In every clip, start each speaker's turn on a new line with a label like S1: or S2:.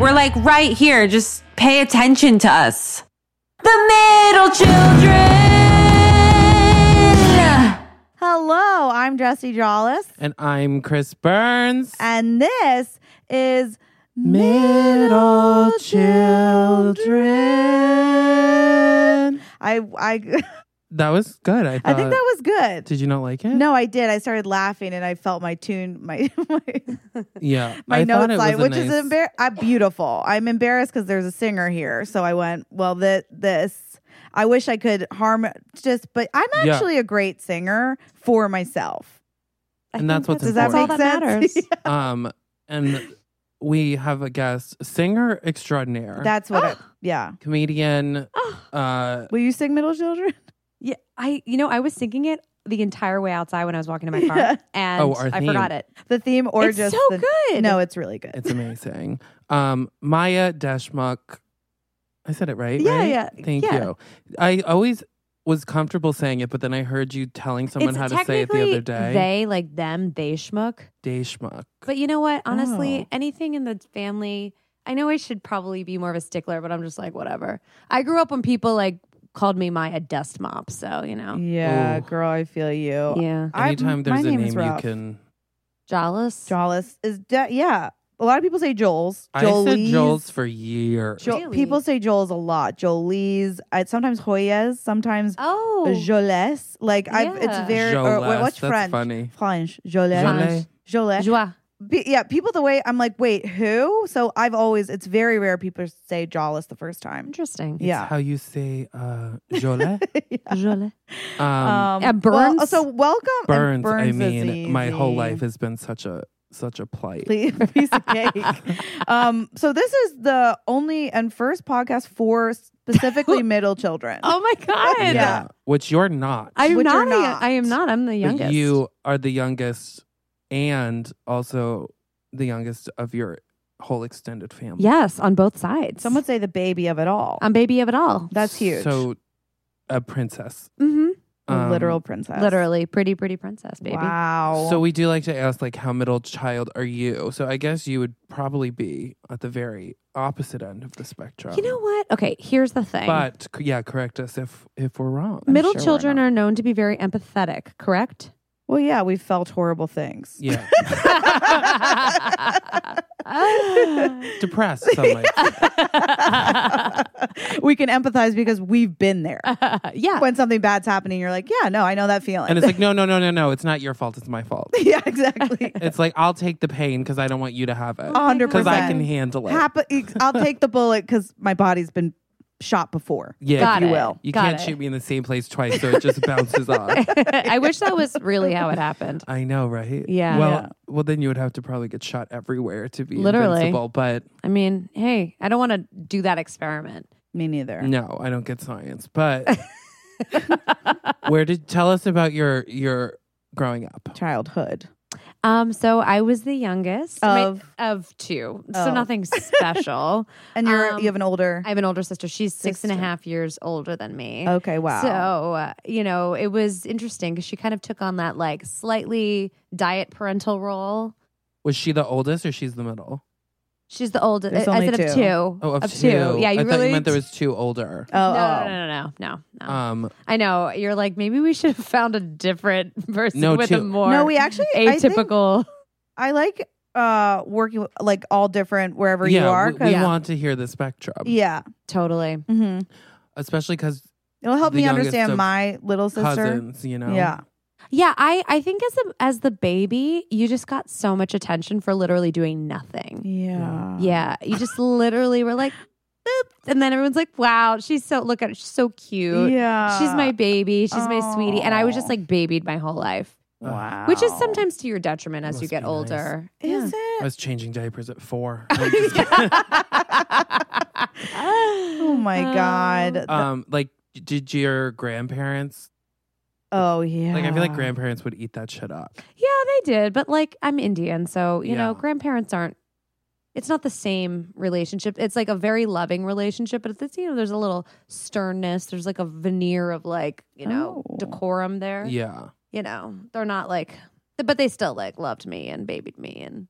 S1: right here. Just pay attention to us. The middle children.
S2: Hello, I'm Jesse Jollis,
S3: And I'm Chris Burns.
S2: and this is
S3: Middle Children.
S2: I I
S3: That was good. I,
S2: I think that
S3: thought.
S2: was good.
S3: Uh, Did you not like it?
S2: No, I did. I started laughing and I felt my tune my my,
S3: Yeah.
S2: my
S3: I thought
S2: notes
S3: it
S2: line,
S3: was a
S2: which is
S3: nice-
S2: embar- uh, beautiful. I'm embarrassed because there's a singer here, so I went well. That this I wish I could harm just, but I'm
S3: Yeah.
S2: actually a great singer for myself.
S1: I
S3: And that's
S1: think
S3: what's
S2: Does that
S1: that's all
S2: make
S3: important.
S1: that
S2: sense?
S1: matters.
S3: um, and we have a guest, singer extraordinaire,
S2: That's what. it, yeah.
S3: comedian.
S2: Oh.
S3: Uh,
S2: Will you sing Middle Children?
S1: Yeah, I you know I was singing it the entire way outside when I was walking to my car,
S2: Yeah.
S1: and
S3: Oh, our
S1: I
S3: theme.
S1: forgot it.
S2: The theme or
S1: it's
S2: just
S1: so
S2: the-
S1: good.
S2: No, it's really good.
S3: it's amazing. um, Maya Deshmukh. I said it right.
S2: Yeah,
S3: right?
S2: yeah,
S3: Thank
S2: yeah.
S3: you. I always was comfortable saying it, but then I heard you telling someone
S1: It's
S3: how to say it the other
S1: technically
S3: day.
S1: They like them. They schmuck.
S3: Deshmukh.
S1: But you know what? Honestly,
S2: Oh.
S1: anything in the family, I know I should probably be more of a stickler, but I'm just like, whatever. I grew up when people like called me Maya Dust Mop. So, you know,
S2: Yeah,
S3: Ooh.
S2: girl, I feel you.
S1: Oh.
S3: Oh.
S1: yeah.
S2: I-
S3: Anytime
S2: my
S3: there's a
S2: name
S3: name
S2: is
S3: you
S2: Ralph.
S3: can.
S1: Jollis.
S2: Jollis is de- yeah. A lot of people say Joel's.
S3: I said
S2: Jolie's.
S3: Joel's for years.
S2: Jo-
S1: Really?
S2: People say Joel's a lot. Jolie's. I, sometimes Joyas. Sometimes
S1: oh.
S2: Jolès. Like I've,
S1: Yeah.
S2: it's very. Or, wait,
S3: Jolès,
S2: what's
S3: that's
S2: French?
S3: funny.
S2: French. Jolès.
S3: Jolais.
S2: Jolais.
S1: Joie.
S2: Be- yeah, people the way I'm like, wait, who? So I've always. It's very rare people say Jollis the first time.
S1: Interesting.
S3: It's
S2: Yeah.
S3: how you say uh, Jolet.
S1: Jolais.
S3: um,
S1: and
S2: well,
S1: Burns?
S2: so welcome. and
S3: Burns, I
S2: Burns is
S3: mean, my whole
S2: easy.
S3: life has been such a such a plight.
S2: Please, piece of cake. um, so this is the only and first podcast for specifically middle children.
S1: Oh my God.
S3: Yeah.
S2: Yeah.
S3: Which you're not.
S1: I am
S2: Which you're
S1: not, a-
S2: not.
S1: I am not. I'm the
S3: But
S1: youngest.
S3: You are the youngest and also the youngest of your whole extended family.
S1: Yes, on both sides.
S2: Some would say the baby of it all.
S1: I'm baby of it all.
S2: That's huge.
S3: So um, a princess.
S1: Mm-hmm.
S2: a
S3: Um,
S2: literal princess.
S1: Literally, pretty, pretty princess, baby.
S2: Wow.
S3: So we do like to ask like how middle child are you? So I guess you would probably be at the very opposite end of the spectrum.
S1: You know what? Okay, here's the thing.
S3: But c- yeah, correct us if if we're wrong.
S2: I'm
S1: Middle
S2: sure we're
S1: children
S2: not.
S1: are known to be very empathetic, correct?
S2: well, yeah, we felt horrible things.
S3: Yeah, depressed. Some might say.
S2: we can empathize because we've been there.
S1: yeah.
S2: When something bad's happening, you're like, yeah, no, I know that feeling.
S3: and it's like no, no, no, no, no. It's not your fault. It's my fault.
S2: yeah, exactly.
S3: It's like I'll take the pain because I don't want you to have it
S1: Oh,
S2: hundred
S3: because
S2: percent.
S3: I can handle it.
S2: Happen- I'll take the bullet because my body's been shot before.
S3: yeah,
S1: Got
S3: you,
S1: it.
S2: will.
S3: you
S1: Got
S3: can't
S1: it.
S3: shoot me in the same place twice, so it just bounces off.
S1: I wish that was really how it happened.
S3: I know, right?
S1: Yeah.
S3: Well,
S2: Yeah.
S3: well, then you would have to probably get shot everywhere to be
S1: Literally.
S3: invincible. But
S1: I mean, hey, I don't want to do that experiment.
S2: Me neither.
S3: no, I don't get science. But where did tell us about your your growing up?
S2: Childhood.
S1: Um, so I was the youngest My-
S2: Of?
S1: of two, so
S2: Oh.
S1: nothing special.
S2: And you're
S1: Um,
S2: you have an older.
S1: I have an older sister. She's six and a half
S2: Sister.
S1: years older than me.
S2: okay. Wow.
S1: So, uh, you know, it was interesting because she kind of took on that like slightly diet parental role.
S3: Was she the oldest or she's the middle?
S1: She's the oldest.
S2: There's
S1: I, I
S2: only
S1: said of
S2: two.
S1: two.
S3: Oh, of, two.
S1: Yeah, you
S3: I
S1: really Oh.
S3: thought you meant there was two older.
S2: oh,
S1: no, no,
S2: oh.
S1: no, no, no, no. no.
S3: Um,
S1: I know. You're like, maybe we should have found a different person
S3: No,
S1: with a
S3: two.
S1: more
S2: No, we actually I, think
S1: atypical.
S2: I like uh working with like all different wherever
S3: yeah,
S2: you are.
S3: we,
S2: 'cause-
S3: we
S1: Yeah.
S3: want to hear the spectrum,
S2: yeah.
S1: totally.
S2: hmm
S3: especially because
S2: It'll help
S3: The
S2: me
S3: youngest
S2: understand
S3: of
S2: my little sister.
S3: cousins, you know.
S2: Yeah.
S1: Yeah, I, I think as a, as the baby, you just got so much attention for literally doing nothing.
S2: Yeah.
S1: Yeah, you just literally were like, boop, and then everyone's like, "Wow, she's so look at her, she's so cute.
S2: Yeah.
S1: She's my baby. She's my sweetie." And I was just
S2: Aw.
S1: like babied my whole life,
S2: Wow.
S1: which is sometimes to your detriment as
S3: Must
S1: you get
S3: be nice.
S1: older. Yeah.
S2: Is
S3: I
S2: it?
S3: was changing diapers at four.
S1: oh
S2: Oh my god.
S3: um, like, did your grandparents?
S2: oh yeah.
S3: Like, I feel like grandparents would eat that shit up.
S1: Yeah, they did, but like I'm Indian, so you know,
S3: Yeah.
S1: grandparents aren't. It's not the same relationship. It's like a very loving relationship, but it's you know, there's a little sternness. There's like a veneer of like you know
S2: Oh.
S1: decorum there.
S3: Yeah.
S1: You know, they're not like, but they still like loved me and babied me and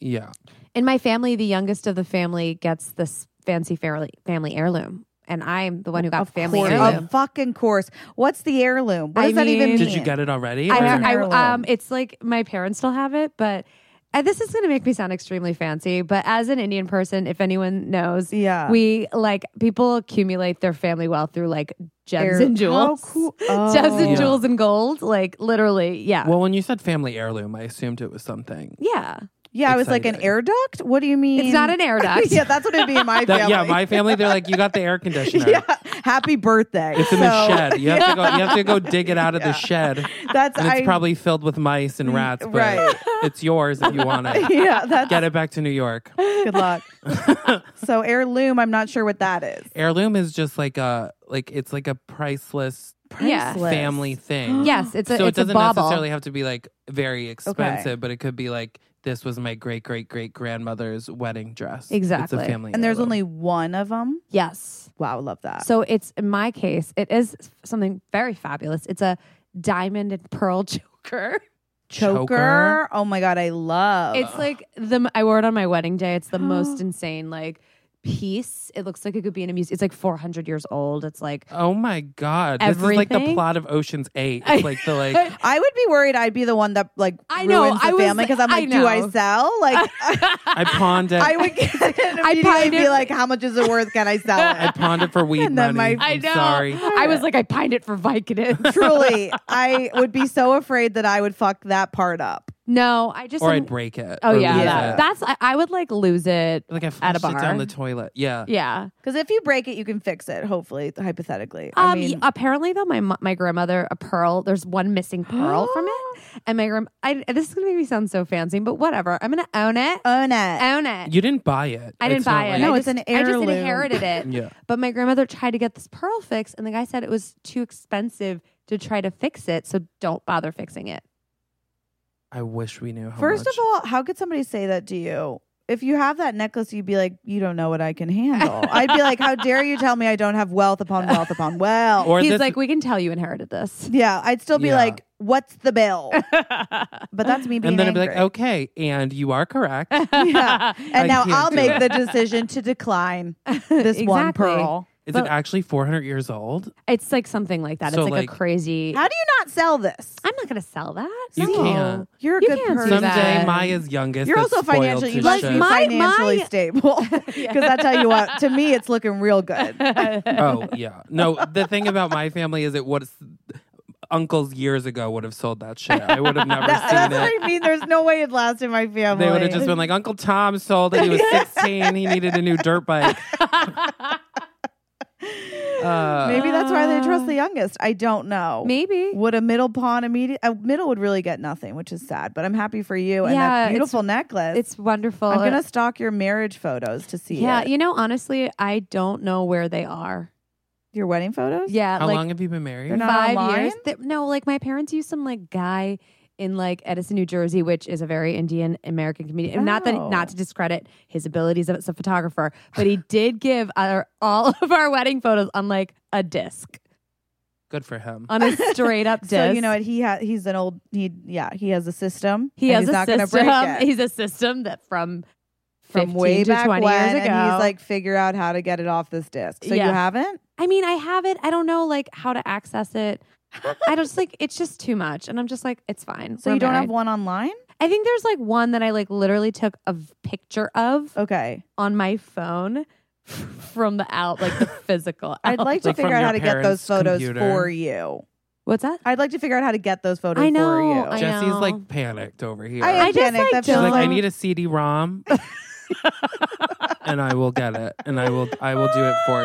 S3: Yeah.
S1: In my family, the youngest of the family gets this fancy family family heirloom, and I'm the one who got
S2: Of
S1: family
S2: course.
S1: heirloom.
S2: Of fucking course. What's the heirloom? What
S1: I
S2: does that even
S1: mean-
S2: mean?
S3: Did you get it already?
S1: I,
S3: or-
S2: Heirloom.
S1: I, um, it's like my parents still have it, but and this is going to make me sound extremely fancy. But as an Indian person, if anyone knows,
S2: Yeah.
S1: we like people accumulate their family wealth through like gems
S2: Heir-
S1: and jewels,
S2: How cool. Oh.
S1: gems and
S3: Yeah.
S1: jewels and gold, like literally, yeah,
S3: well, when you said family heirloom, I assumed it was something.
S1: yeah.
S2: Yeah, I was like an
S3: Exciting.
S2: air duct. What do you mean?
S1: It's not an air duct.
S2: yeah, that's what it'd be in my
S3: That,
S2: family.
S3: yeah, my family, they're like, you got the air conditioner.
S2: Yeah. Happy birthday.
S3: It's in
S2: So,
S3: the shed. You have to go. You have to go dig it out of
S2: Yeah.
S3: the shed.
S2: That's
S3: And it's
S2: I- Mm,
S3: probably filled with mice and rats, but
S2: right.
S3: it's yours if you want it.
S2: yeah, that's
S3: Get it back to New York.
S2: good luck. so heirloom, I'm not sure what that is.
S3: Heirloom is just like a like it's like a priceless
S1: Yeah.
S2: Priceless.
S3: family thing.
S1: Yes, it's a
S3: so
S1: it's
S3: it
S1: a
S3: doesn't
S1: bauble.
S3: necessarily have to be like very expensive, but it could be like this was my great great great grandmother's wedding dress.
S1: Exactly.
S3: It's a family.
S2: And there's
S3: heirloom.
S2: only one of them.
S1: yes.
S2: Wow, love that.
S1: So it's in my case, it is something very fabulous. It's a diamond and pearl choker.
S2: choker. Oh my god, I love.
S1: It's like the I wore it on my wedding day. It's the most insane like piece. It looks like it could be in a museum. It's like 400 years old. It's like
S3: Oh my god. This is like the
S1: Everything?
S3: plot of Ocean's 8. It's like the like
S2: I would be worried. I'd be the one that like
S1: I know,
S2: ruins the
S1: I was-
S2: family because I'm
S1: I
S2: like, do I
S1: know.
S2: sell? Like, I,
S3: I pawned it.
S2: I
S3: I,
S2: would get it and
S1: I
S2: immediately
S1: pined
S2: be
S1: it.
S2: like, how much is it worth? Can I sell it?
S3: pawned it for weed
S2: And then
S3: money.
S2: my-
S1: I
S3: I'm
S1: know.
S3: sorry.
S1: I was like I pined it for Vicodin.
S2: Truly, I would be so afraid that I would fuck that part up.
S1: no, I just
S3: Or
S1: am-
S3: I'd break it.
S1: Oh
S3: or
S1: yeah,
S3: lose
S1: that-
S3: it.
S1: that's I, I would like lose it.
S3: like I
S1: at a
S3: flushed it down
S1: bar.
S3: the toilet. Yeah.
S1: Yeah.
S2: Because if you break it, you can fix it. Hopefully, hypothetically.
S1: Um,
S2: I mean,
S1: y- apparently though, my mo- my grandmother a pearl. There's one missing pearl from it, and my grand. I, this is gonna make me sound so fancy, but whatever. I'm gonna own it.
S2: own it.
S1: own it.
S3: You didn't buy it.
S1: I didn't
S3: It's not
S1: buy it.
S3: like-
S2: No,
S1: I
S2: it's
S1: just,
S2: an
S1: I
S2: heirloom.
S1: just inherited it.
S3: Yeah.
S1: But my grandmother tried to get this pearl fix, and the guy said it was too expensive to try to fix it, so don't bother fixing it.
S3: I wish we knew how
S2: First
S3: much.
S2: of all, how could somebody say that to you? If you have that necklace, you'd be like, you don't know what I can handle. I'd be like, how dare you tell me I don't have wealth upon wealth upon wealth?
S3: Or
S1: He's
S3: this-
S1: like, we can tell you inherited this.
S2: yeah, I'd still be
S3: Yeah.
S2: like, what's the bill? But that's me being
S3: and then I'd be like,
S2: angry.
S3: okay, and you are correct.
S2: yeah. And
S3: I
S2: now
S3: can't
S2: I'll
S3: do
S2: make
S3: it.
S2: the decision to decline this one
S1: Exactly.
S2: pearl.
S3: Is
S1: But-
S3: it actually 400 years old?
S1: It's like something like that.
S3: So,
S1: it's like,
S3: like-
S1: a crazy.
S2: How do you not sell this?
S1: I'm not gonna sell that.
S3: You
S1: No.
S3: can't.
S2: You're a
S1: You
S2: good
S1: can't do
S2: person.
S1: Someday
S3: Someday
S1: that.
S3: Maya's youngest.
S2: You're
S3: is
S2: also
S3: spoiled
S2: financially,
S3: to
S2: you must
S3: shit.
S2: be
S1: My-
S2: financially
S1: my-
S2: stable. Because I tell you what, to me, it's looking real good.
S3: oh yeah. No, the thing about my family is it was uncles years ago would have sold that shit. I would have never
S2: That-
S3: seen
S2: that's
S3: it.
S2: what I mean. There's no way it lasts in my family.
S3: They would have just been like, Uncle Tom sold it. He was 16. He needed a new dirt bike. Uh,
S2: Maybe that's why they trust
S1: "Ah."
S2: the youngest. I don't know.
S1: Maybe.
S2: Would a middle pawn immediate? A middle would really get nothing, which is sad. But I'm happy for you and
S1: Yeah,
S2: that
S1: it's-
S2: beautiful necklace.
S1: It's wonderful.
S2: I'm gonna stalk your marriage photos to see.
S1: yeah,
S2: it.
S1: you know, honestly, I don't know where they are.
S2: your wedding photos.
S1: Yeah,
S3: how
S1: like
S3: long have you been married?
S2: They're not
S1: five
S2: online?
S1: years. Th- no, like my parents used some like guy in like Edison, New Jersey, which is a very Indian American comedian. And Not that
S2: Oh.
S1: not to discredit his abilities as a photographer, but he did give our, all of our wedding photos on like a disc,
S3: Good for him.
S2: Oh,
S1: on a straight up disc.
S2: So you know what he has? He's an old. He yeah. He has a system.
S1: he
S2: and
S1: has
S2: he's
S1: a
S2: not gonna
S1: system.
S2: break it.
S1: He's a system that from
S2: from way
S1: 15 to
S2: back
S1: 20
S2: when,
S1: years ago.
S2: and he's like figure out how to get it off this disc. So you
S1: Yeah.
S2: haven't?
S1: I mean, I have it. I don't know like how to access it. I just like it's just too much, and I'm just like it's fine.
S2: So
S1: We're
S2: you don't have
S1: married.
S2: one online?
S1: I think there's like one that I like literally took a v- picture of
S2: Okay.
S1: on my phone from the out like the physical.
S2: I'd
S1: out.
S2: like to
S3: Like from
S2: figure out
S3: your
S2: how to get those
S3: parents'
S2: photos
S3: computer.
S2: for you.
S1: What's that?
S2: I'd like to figure out how to get those photos
S1: I know,
S2: for you.
S1: I
S3: Jesse's
S1: know.
S3: like panicked over here.
S2: I am
S1: I just,
S2: panicked.
S1: like,
S2: I
S3: She's
S2: feel
S1: don't-
S3: like, I need a CD-ROM, and I will get it, and I will, I will do it for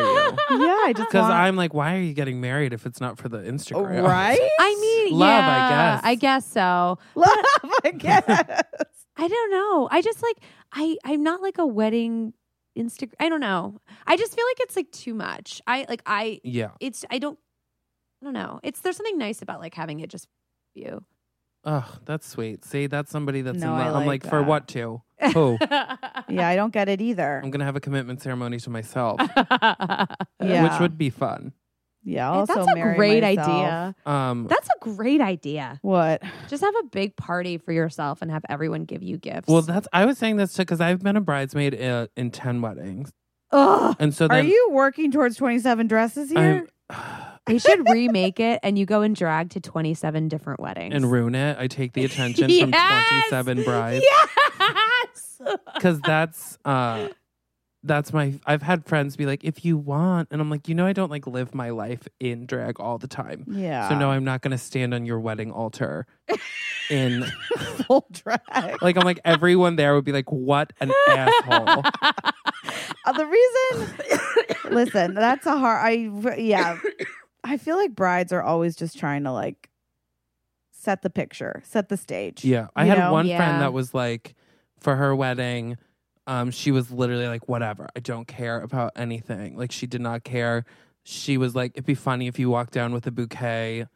S3: you.
S2: yeah, I just
S3: Because
S2: want-
S3: I'm like, why are you getting married if it's not for the Instagram?
S2: Oh, right.
S1: I mean,
S3: Love, I
S1: yeah,
S3: guess.
S1: I guess so.
S2: Love, I guess.
S1: I don't know. I just like I I'm not like a wedding Instagram. I don't know. I just feel like it's like too much. I like I
S3: Yeah.
S1: it's I don't I don't know. It's there's something nice about like having it just you.
S3: Oh, that's sweet. See, that's somebody that's
S2: No,
S3: in
S2: I
S3: love. I'm
S2: like
S3: like, for
S2: that.
S3: what to? Who?
S2: yeah, I don't get it either.
S3: I'm gonna have a commitment ceremony to myself,
S1: yeah.
S2: Yeah.
S3: which would be fun.
S2: Yeah,
S1: Hey,
S2: also
S1: that's a
S2: marry
S1: great
S2: myself.
S1: idea.
S3: Um,
S1: That's a great idea.
S2: What?
S1: Just have a big party for yourself and have everyone give you gifts.
S3: well, that's I was saying this too because I've been a bridesmaid uh, in ten weddings,
S1: Ugh.
S3: and so
S2: Are
S3: then
S2: you working towards 27 dresses here?
S3: I'm-
S1: They should remake it and you go and drag to 27 different weddings.
S3: and ruin it. I take the attention from
S1: Yes!
S3: twenty-seven brides
S1: Yes.
S3: because that's uh, that's my. I've had friends be like, "If you want," and I'm like, "You know, I don't like live my life in drag all the time.
S2: yeah.
S3: So no, I'm not going to stand on your wedding altar." in
S2: full drag. Uh,
S3: like, I'm like everyone there would be like, "What an asshole!"
S2: Uh, the reason, listen, that's a hard. I yeah, I feel like brides are always just trying to like set the picture, set the stage.
S3: Yeah. I
S2: you
S3: had
S2: know?
S3: one
S1: Yeah.
S3: friend that was like, for her wedding, um, she was literally like, whatever. I don't care about anything. Like, she did not care. She was like, it'd be funny if you walked down with a bouquet.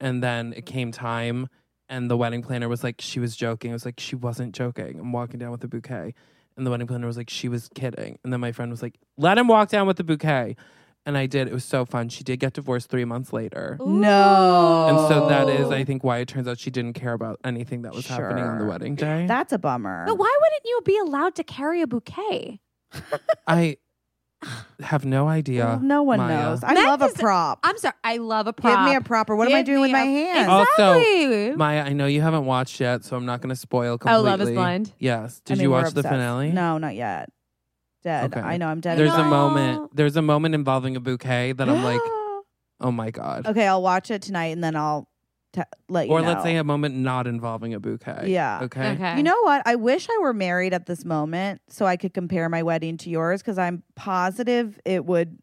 S3: And then it came time, and the wedding planner was like, she was joking. I was like, she wasn't joking. I'm walking down with a bouquet. And the wedding planner was like, she was kidding. And then my friend was like, let him walk down with the bouquet. And I did. It was so fun. She did get divorced three months later.
S2: No.
S3: And so that
S2: Oh.
S3: is, I think, why it turns out she didn't care about anything that was happening on the
S2: Sure.
S3: wedding day.
S2: That's a bummer.
S1: But why wouldn't you be allowed to carry a bouquet?
S3: I have no
S2: Well,
S3: idea.
S2: no one
S3: Maya.
S2: knows. I
S1: That
S2: love a
S1: is-
S2: prop.
S1: I'm sorry. I love a
S2: Give
S1: prop.
S2: me a proper. What am I
S1: Give
S2: doing with
S1: me
S2: my
S1: a-
S2: hand?
S3: Oh, Also,
S1: Exactly.
S3: Maya, I know you haven't watched yet, so I'm not going to spoil
S1: Oh,
S3: completely.
S1: Love is Blind?
S3: Yes.
S2: I
S3: Did
S2: mean,
S3: you
S2: we're
S3: watch the
S2: obsessed.
S3: finale?
S2: No, not yet. Dead.
S3: Okay.
S2: I know I'm dead.
S3: There's
S1: No.
S3: a moment. There's a moment involving a bouquet that I'm like, oh my god.
S2: okay, I'll watch it tonight and then I'll t- let you
S3: Or
S2: know.
S3: let's say a moment not involving a bouquet.
S2: Yeah.
S3: Okay.
S2: You know what? I wish I were married at this moment so I could compare my wedding to yours because I'm positive it would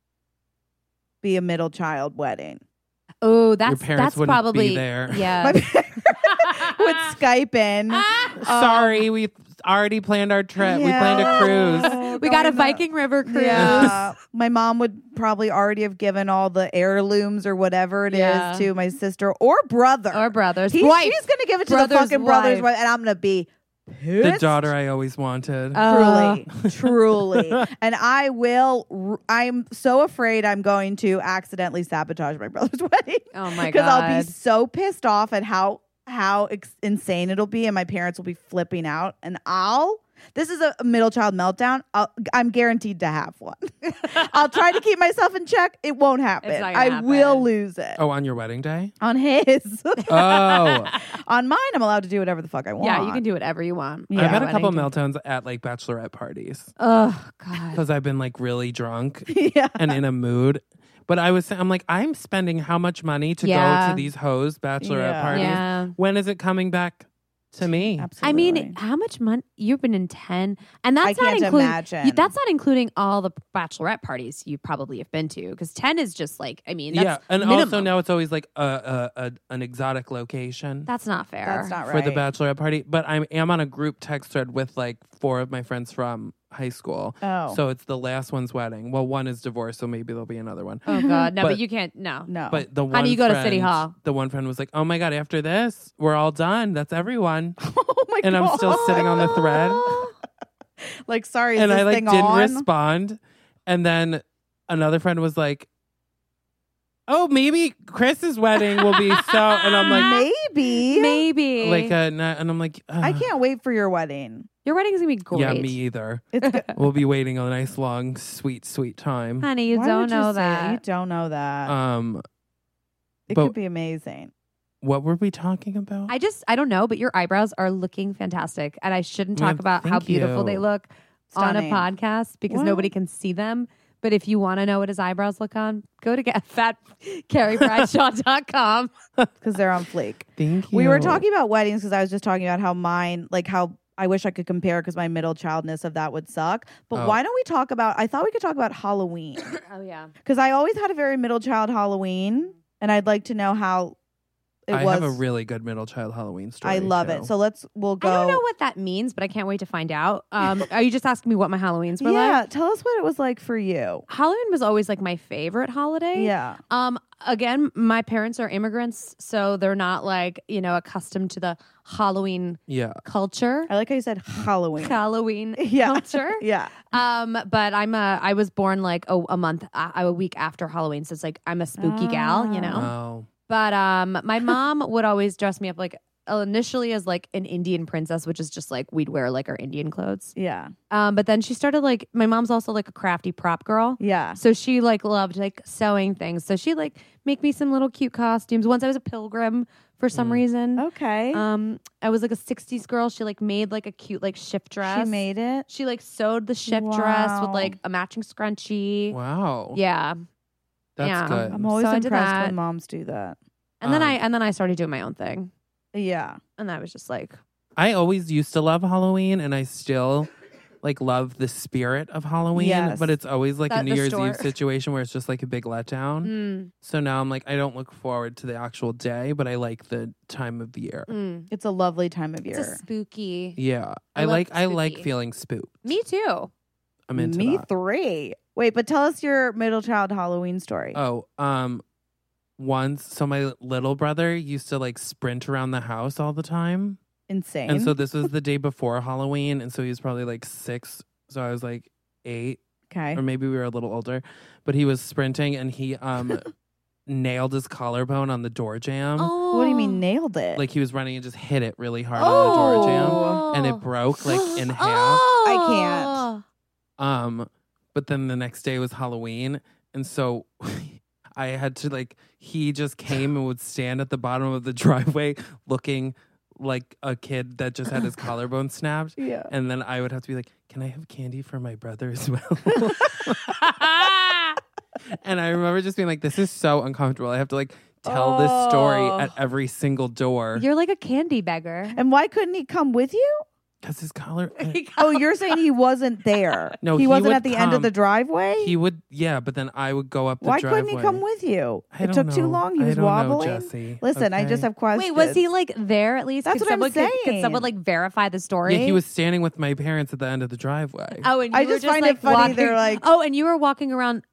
S2: be a middle child wedding.
S1: Oh, that's
S3: Your parents
S1: that's
S3: wouldn't
S1: probably
S3: be there.
S1: Yeah.
S2: My parents would Skype in.
S3: Sorry, we already planned our trip. We
S2: Yeah.
S3: planned a cruise.
S1: we got a
S2: Going to-
S1: Viking River cruise.
S2: Yeah. my mom would probably already have given all the heirlooms or whatever it is
S1: Yeah.
S2: to my sister or brother.
S1: Or brothers.
S2: He-
S1: Wife.
S2: She's going to give it to the
S1: Brother's
S2: fucking brother's
S1: wife.
S2: wife, and I'm going to be
S3: The
S2: pissed.
S3: daughter I always wanted.
S1: Uh,
S2: Truly, truly. And I will, r- I'm so afraid I'm going to accidentally sabotage my brother's wedding.
S1: oh my
S2: Because
S1: god.
S2: I'll be so pissed off at how, how ex- insane it'll be. And my parents will be flipping out. And I'll, this is a middle child meltdown. I'll, I'm guaranteed to have one. I'll try to keep myself in check. It won't happen.
S1: It's not gonna
S2: I will
S1: happen.
S2: lose it.
S3: oh, on your wedding day?
S2: On his,
S3: Oh.
S2: on mine, I'm allowed to do whatever the fuck I want.
S1: yeah, you can do whatever you want.
S2: Yeah.
S3: I've had a
S1: Wedding
S3: couple
S1: day.
S3: meltdowns at like bachelorette parties
S1: Oh god.
S3: because I've been like really drunk
S2: yeah.
S3: and in a mood. But I was, I'm like, I'm spending how much money to go
S1: Yeah.
S3: to these hoes bachelorette
S2: Yeah.
S3: parties?
S1: Yeah.
S3: When is it coming back to me?
S1: I mean,
S2: Absolutely.
S1: how much money you've been in ten, and that's
S2: I
S1: not
S2: can't
S1: including.
S2: imagine.
S1: you- that's not including all the bachelorette parties you probably have been to, because ten is just like I mean, that's
S3: yeah, and also
S1: minimum.
S3: now it's always like a, a, a an exotic location
S1: that's not fair.
S2: That's not
S3: for
S2: right.
S3: the bachelorette party. But I am on a group text thread with like four of my friends from high school.
S2: Oh.
S3: So it's the last one's wedding. Well, one is divorced, so maybe there'll be another one.
S1: Oh god, no, but,
S3: But-
S1: you can't. No,
S2: no.
S3: But the one
S1: How do you go to
S3: friend-
S1: City Hall?
S3: The one friend was like, "Oh my god! After this, we're all done. That's everyone."
S2: oh my
S3: And I'm still
S2: God.
S3: sitting on the thread,
S2: Like, sorry, is
S3: and
S2: this
S3: I like
S2: thing
S3: didn't
S2: on?
S3: respond. And then another friend was like, "Oh, maybe Chris's wedding will be so." And I'm like,
S2: Maybe.
S1: maybe
S3: like, uh, n- and I'm like,
S2: I
S3: "Ugh,
S2: can't wait for your wedding.
S1: your wedding's gonna be great.
S3: Yeah, me either.
S2: It's good.
S3: We'll be waiting a nice, long, sweet, sweet time.
S1: honey, you
S2: Why
S1: don't
S2: would you
S1: know
S2: say- You
S1: that.
S2: don't know that.
S3: Um,
S2: it
S3: but-
S2: could be amazing.
S3: what were we talking about?
S1: I just, I don't know, but your eyebrows are looking fantastic, and I shouldn't
S3: Yeah,
S1: talk about how
S3: thank
S1: beautiful
S3: you.
S1: they look
S2: Stunning.
S1: on a podcast because
S2: Well-
S1: nobody can see them. But if you want to know what his eyebrows look on, go to get fatcarriebradshaw.com.
S2: because they're on fleek.
S3: Thank you.
S2: We were talking about weddings because I was just talking about how mine, like how I wish I could compare because my middle childness of that would suck. But
S3: Oh.
S2: why don't we talk about? I thought we could talk about Halloween
S1: oh yeah,
S2: because I always had a very middle child Halloween, and I'd like to know how it
S3: I
S2: was.
S3: have a really good middle child Halloween story.
S2: I love
S3: too.
S2: it. So let's we'll go.
S1: I don't know what that means, but I can't wait to find out. Um, are you just asking me what my Halloweens were
S2: yeah,
S1: like?
S2: tell us what it was like for you.
S1: Halloween was always like my favorite holiday.
S2: Yeah,
S1: Um, again, my parents are immigrants, so they're not like, you know, accustomed to the Halloween
S3: Yeah.
S1: culture.
S2: I like how you said Halloween.
S1: Halloween
S2: Yeah.
S1: culture.
S2: Yeah.
S1: Um, but I'm a I was born like a, a month a, a week after Halloween, so it's like I'm a spooky gal, you know.
S2: Ah.
S3: Oh.
S1: But um, my mom would always dress me up like initially as like an Indian princess, which is just like we'd wear like our Indian clothes.
S2: Yeah.
S1: Um, but then she started like my mom's also like a crafty prop girl.
S2: Yeah.
S1: So she like loved like sewing things. So she like make me some little cute costumes. Once I was a pilgrim for some reason.
S2: Mm. Okay.
S1: Um, I was like a '60s girl. She like made like a cute like shift dress.
S2: she made it.
S1: She like sewed the shift dress with
S2: Wow.
S1: like a matching scrunchie.
S3: Wow.
S1: Yeah,
S3: That's
S1: yeah.
S3: good.
S2: I'm always
S1: So I did
S2: impressed
S1: that.
S2: when moms do that.
S1: and then
S3: Um,
S1: I and then I started doing my own thing,
S2: Yeah.
S1: and I was just like,
S3: I always used to love Halloween and I still like love the spirit of Halloween,
S2: Yes.
S3: but it's always like
S1: That-
S3: a
S1: the
S3: New Year's
S1: store.
S3: Eve situation where it's just like a big letdown.
S1: mm,
S3: So now I'm like I don't look forward to the actual day, but I like the time of year.
S1: mm.
S2: It's a lovely time of year.
S1: it's a spooky.
S3: Yeah.
S1: I
S3: I,
S1: love
S3: like I like
S1: spooky.
S3: feeling spooked.
S1: Me too.
S3: I'm into
S2: Me
S3: that.
S2: three. Wait, but tell us your middle child Halloween story.
S3: Oh, um, once so my little brother used to like sprint around the house all the time,
S2: Insane.
S3: and so this was the day before Halloween, and so he was probably like six, so I was like eight,
S2: okay.
S3: or maybe we were a little older, but he was sprinting and he um nailed his collarbone on the door jam,
S1: Oh,
S2: What do you mean nailed it?
S3: like he was running and just hit it really hard on the door jam,
S2: Oh.
S3: and it broke like in half.
S1: Oh.
S2: I
S3: Um, but then the next day was Halloween, and so I had to like he just came and would stand at the bottom of the driveway looking like a kid that just had his collarbone snapped.
S2: yeah.
S3: And then I would have to be like, Can I have candy for my brother as well? and I remember just being like, This is so uncomfortable. I have to like tell this story
S2: Oh.
S3: at every single door.
S1: You're like a candy beggar.
S2: And why couldn't he come with you?
S3: Because his collar uh,
S2: Oh, you're saying he wasn't there.
S3: No,
S2: he,
S3: he
S2: wasn't
S3: would
S2: at the end of
S3: come.
S2: the driveway.
S3: he would yeah, but then I would go up the
S2: why
S3: driveway.
S2: couldn't he come with you?
S3: I
S2: it
S3: don't
S2: took too
S3: know.
S2: long. He
S3: I
S2: was
S3: don't know,
S2: wobbling.
S3: Jesse,
S2: Listen, I
S3: okay?
S2: just have questions.
S1: Wait, was he like there at least?
S2: That's
S1: could
S2: what I'm
S1: someone, could- Could,
S2: saying.
S1: someone like verify the story?
S3: Yeah, he was standing with my parents at the end of the driveway.
S1: Oh, and you
S2: I
S1: were
S2: just
S1: just
S2: find it
S1: like
S2: funny
S1: walking.
S2: they're like-
S1: oh, and you were walking around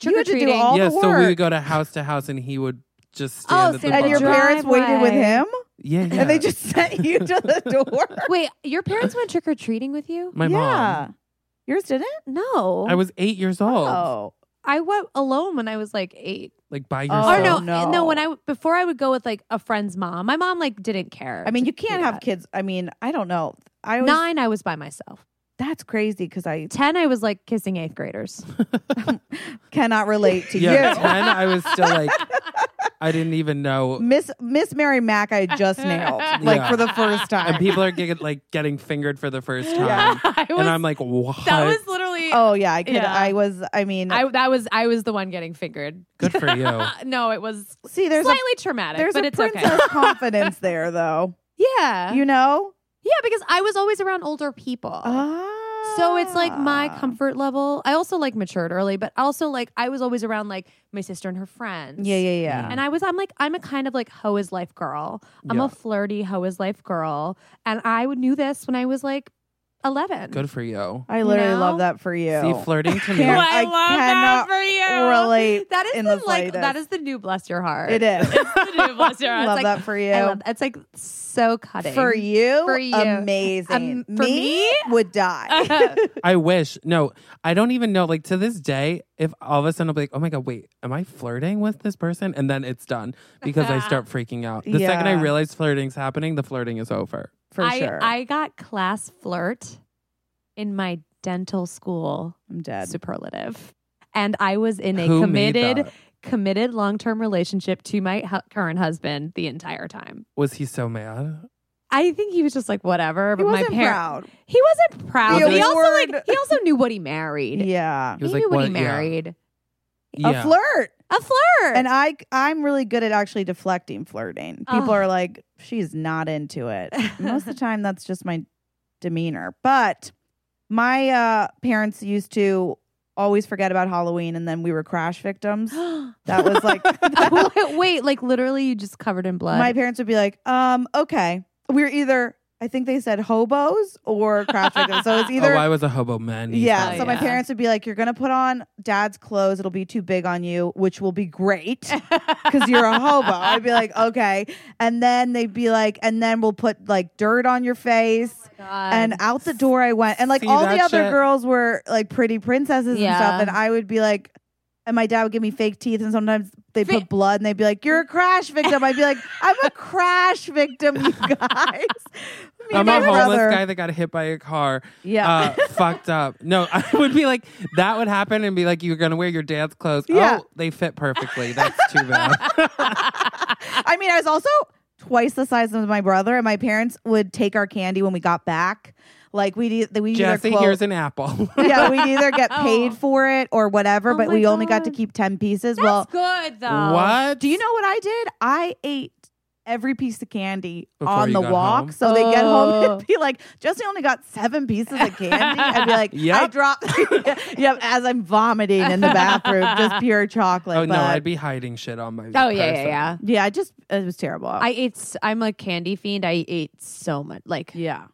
S1: trick
S2: You
S1: or
S2: had to do
S1: treating.
S2: all
S3: yeah,
S2: the
S3: so we
S2: work.
S3: would go to house to house, and he would just stand
S1: Oh,
S3: at the
S1: so
S2: And
S1: at
S3: bottom.
S2: your parents waited with
S1: Driveway.
S2: him,
S3: yeah, yeah.
S2: and they just sent you to the door.
S1: Wait, your parents went trick or treating with you?
S3: my
S2: yeah.
S3: mom.
S2: Yours didn't?
S1: No,
S3: I was eight years old,
S2: Oh.
S1: I went alone when I was like eight.
S3: like by
S2: Oh,
S3: yourself.
S1: Oh no,
S2: no.
S1: no. When I before I would go with like a friend's mom. My mom like didn't care.
S2: I mean,
S1: to
S2: you
S1: do
S2: can't have
S1: that.
S2: kids. I mean, I don't know. I always,
S1: nine. I was by myself.
S2: that's crazy because I
S1: Ten. I was like kissing eighth graders.
S2: cannot relate to
S3: yeah,
S2: you.
S3: ten. I was still like, I didn't even know.
S2: Miss Miss Mary Mack, I just nailed like
S3: Yeah.
S2: for the first
S3: And
S2: time.
S3: people are getting like getting fingered for the first time,
S1: I was,
S3: and I'm like, what?
S1: that was literally.
S2: Oh yeah, I could.
S1: Yeah.
S2: I was. I mean,
S1: I that was I was the one getting fingered. Uh,
S3: Good for you.
S1: no, it was
S2: see, there's
S1: slightly
S2: a
S1: traumatic,
S2: there's
S1: but
S2: a
S1: it's
S2: princess
S1: okay.
S2: confidence there, though.
S1: Yeah,
S2: You know.
S1: yeah, because I was always around older people.
S2: Ah.
S1: So it's like my comfort level. I also like matured early, but also like I was always around like my sister and her friends.
S2: Yeah, yeah, yeah.
S1: And I was, I'm like, I'm a kind of like hoe is life girl. I'm
S3: Yeah.
S1: a flirty hoe is life girl. And I would knew this when I was like 11.
S3: Good for you.
S2: I literally
S1: you know?
S2: love that for you.
S3: See, flirting to
S1: Oh,
S3: me.
S2: Can't-
S1: I,
S2: I
S1: love that
S2: cannot
S1: for you.
S2: relate
S1: That is
S2: in
S1: the,
S2: the
S1: like
S2: slightest.
S1: that is the new bless your heart.
S2: It is.
S1: It's the new bless your heart. It's
S2: love
S1: like,
S2: that for you.
S1: I love that. It's like so cutting
S2: For you,
S1: For you.
S2: amazing.
S1: Um, for me?
S2: would die.
S3: I wish. No, I don't even know. Like to this day, if all of a sudden I'm like, oh my God, wait, am I flirting with this person? And then it's done because I start freaking out. The second I
S2: Yeah.
S3: realize flirting's happening, the flirting is over.
S2: for
S1: I,
S2: sure.
S1: I got class flirt in my dental school
S2: I'm dead.
S1: superlative. And I was in a
S3: Who made
S1: committed
S3: that?
S1: committed long-term relationship to my hu- current husband the entire time.
S3: Was he so mad?
S1: I think he was just like whatever,
S2: He
S1: but my
S2: wasn't
S1: parents
S2: proud.
S1: He wasn't proud.
S3: The
S1: but he also
S2: award-
S1: like he also knew what he married.
S2: Yeah.
S3: He was
S1: he
S3: like,
S1: knew what, he
S3: "What? Yeah."
S1: married.
S2: A flirt.
S1: A flirt.
S2: And I I'm really good at actually deflecting flirting. People
S1: Oh.
S2: are like, she's not into it. Most of the time that's just my demeanor. But my uh parents used to always forget about Halloween and then we were crash victims. That was like
S1: Oh, wait, like literally you just covered in blood. Oh
S2: my parents would be like, um, okay. We were either I think they said hobos or craft regulars. So it's either
S3: oh, I was a hobo man.
S2: yeah.
S1: Oh,
S2: so my
S1: yeah.
S2: parents would be like, "You're gonna put on dad's clothes. It'll be too big on you, which will be great because you're a hobo." I'd be like, "Okay," and then they'd be like, "And then we'll put like dirt on your face."
S1: God.
S2: and out the door I went, and like
S3: Um, See
S2: all the
S3: that
S2: other
S3: shit?
S2: girls were like pretty princesses and
S1: Yeah.
S2: stuff, and I would be like, and my dad would give me fake teeth, and sometimes they
S1: Fi-
S2: put blood, and they'd be like, "You're a crash victim." I'd be like, "I'm a crash victim, you guys." Me
S3: I'm
S2: and
S3: a
S2: my
S3: homeless
S2: brother.
S3: guy that got hit by a car.
S2: Yeah.
S3: Uh, fucked up. No, I would be like, that would happen and be like, you're going to wear your dad's clothes.
S2: Yeah.
S3: Oh, they fit perfectly. That's too bad.
S2: I mean, I was also twice the size of my brother, and my parents would take our candy when we got back. Like we we we
S3: Jesse, here's an apple.
S2: yeah, we either get paid for it or whatever,
S1: Oh
S2: but
S1: my
S2: we only got to
S1: God.
S2: keep ten pieces.
S1: That's
S2: well,
S1: good though.
S3: what?
S2: Do you know what I did? I ate every piece of candy
S3: Before
S2: on
S3: you
S2: the
S3: got
S2: walk.
S3: home?
S2: So they get home
S1: Oh.
S2: and be like, Jesse only got seven pieces of candy. I'd be like, I
S3: Yep.
S2: dropped. yep, as I'm vomiting in the bathroom, just pure chocolate.
S3: Oh,
S2: but,
S3: no, I'd be hiding shit on my.
S1: Oh yeah, yeah,
S3: person.
S1: yeah.
S2: Yeah, I just, it was terrible.
S1: I ate. s- I'm a candy fiend. I ate so much. Like,
S2: yeah.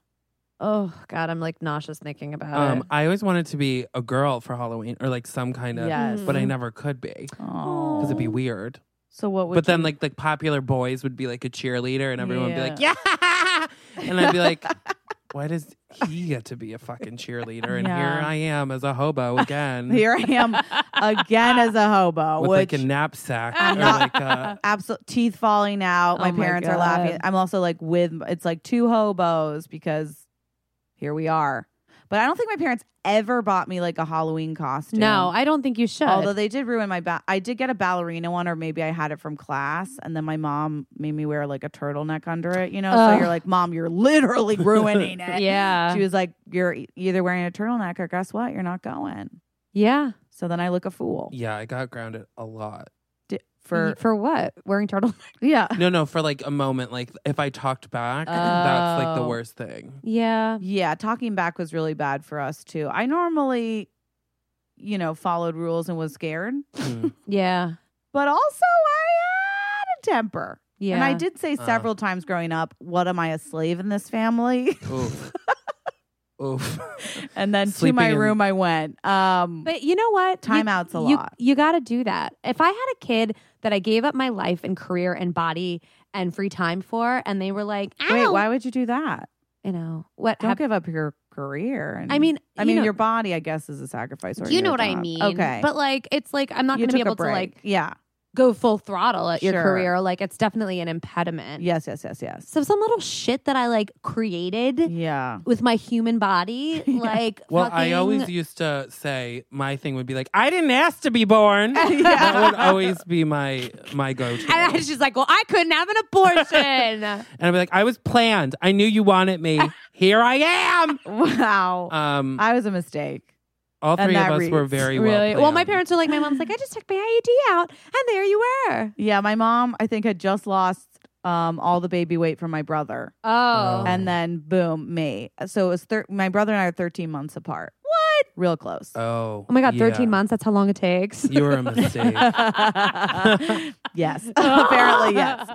S1: oh god, I'm like nauseous thinking about
S3: Um,
S1: it.
S3: I always wanted to be a girl for Halloween or like some kind of,
S2: Yes.
S3: but I never could be
S2: Oh.
S3: because it'd be weird.
S2: So what would
S3: but then
S2: you-
S3: like the popular boys would be like a cheerleader and everyone would be
S2: Yeah.
S3: like yeah and i'd be like why does he get to be a fucking cheerleader and
S2: Yeah.
S3: here i am as a hobo again
S2: here I am again as a hobo,
S3: with
S2: which
S3: like a knapsack
S2: I'm
S3: or
S2: not-
S3: like a
S2: absolute teeth falling out. my
S1: Oh my
S2: parents are
S1: God.
S2: laughing. I'm also like with it's like two hobos because here we are. But I don't think my parents ever bought me like a Halloween costume.
S1: no, I don't think you should.
S2: Although they did ruin my ba- I did get a ballerina one or maybe I had it from class and then my mom made me wear like a turtleneck under it, you know? So
S1: Ugh.
S2: you're like, "Mom, you're literally ruining it."
S1: yeah,
S2: She was like, "You're e- either wearing a turtleneck or guess what? You're not going."
S1: yeah.
S2: So then I look a fool
S3: yeah i got grounded a lot
S2: D- for
S1: for what wearing turtle?
S2: yeah.
S3: no no for like a moment like if i talked back that's like the
S2: Oh.
S3: worst thing
S1: yeah,
S2: Yeah, talking back was really bad for us too. I normally, you know, followed rules and was scared,
S3: Mm.
S1: yeah,
S2: but also I had a temper.
S1: yeah.
S2: And I did say
S3: Uh.
S2: several times growing up, what am I a slave in this family?
S3: oof oof
S2: and then to
S3: Sleeping
S2: my
S3: in-
S2: room I went. Um
S1: But you know what? You-
S2: Timeout's a
S1: you,
S2: lot.
S1: You got to do that. If I had a kid that I gave up my life and career and body and free time for, and they were like, I
S2: wait,
S1: don't-
S2: why would you do that?
S1: You know what
S2: Don't
S1: happened?
S2: give up your career. And,
S1: I mean,
S2: I
S1: you
S2: mean
S1: know-
S2: your body I guess is a sacrifice or
S1: you
S2: your
S1: know what I
S2: job.
S1: mean.
S2: Okay.
S1: But like, it's like I'm not
S2: you
S1: going to be
S2: took a
S1: able to
S2: break.
S1: like
S2: Yeah.
S1: go full throttle at
S2: Sure.
S1: your career. Like, it's definitely an impediment.
S2: Yes, yes, yes, yes.
S1: So some little shit that I like created
S2: Yeah.
S1: with my human body,
S2: Yeah.
S1: like
S3: well i
S1: fucking-
S3: always used to say my thing would be like i didn't ask to be born
S2: yeah.
S3: that would always be my my go-to
S1: And I, she's like, well, I couldn't have an abortion.
S3: And I'd be like, I was planned. I knew you wanted me. Here I am.
S2: Wow.
S3: Um,
S2: I was a mistake.
S3: all
S2: and
S3: three of
S2: that
S3: us were
S2: reads.
S3: very well.
S1: really? Well, my
S3: planned.
S1: parents were like, my mom's like, I just took my IUD out, and there you were.
S2: Yeah, my mom, I think, had just lost um, all the baby weight from my brother.
S1: Oh,
S3: Oh.
S2: And then, boom, me. So it was thir- my brother and I are 13 months apart.
S1: what?
S2: Real close.
S3: Oh.
S1: Oh my god,
S3: yeah.
S1: thirteen months. That's how long it takes.
S3: You were a mistake.
S2: Um, yes. Apparently, yes.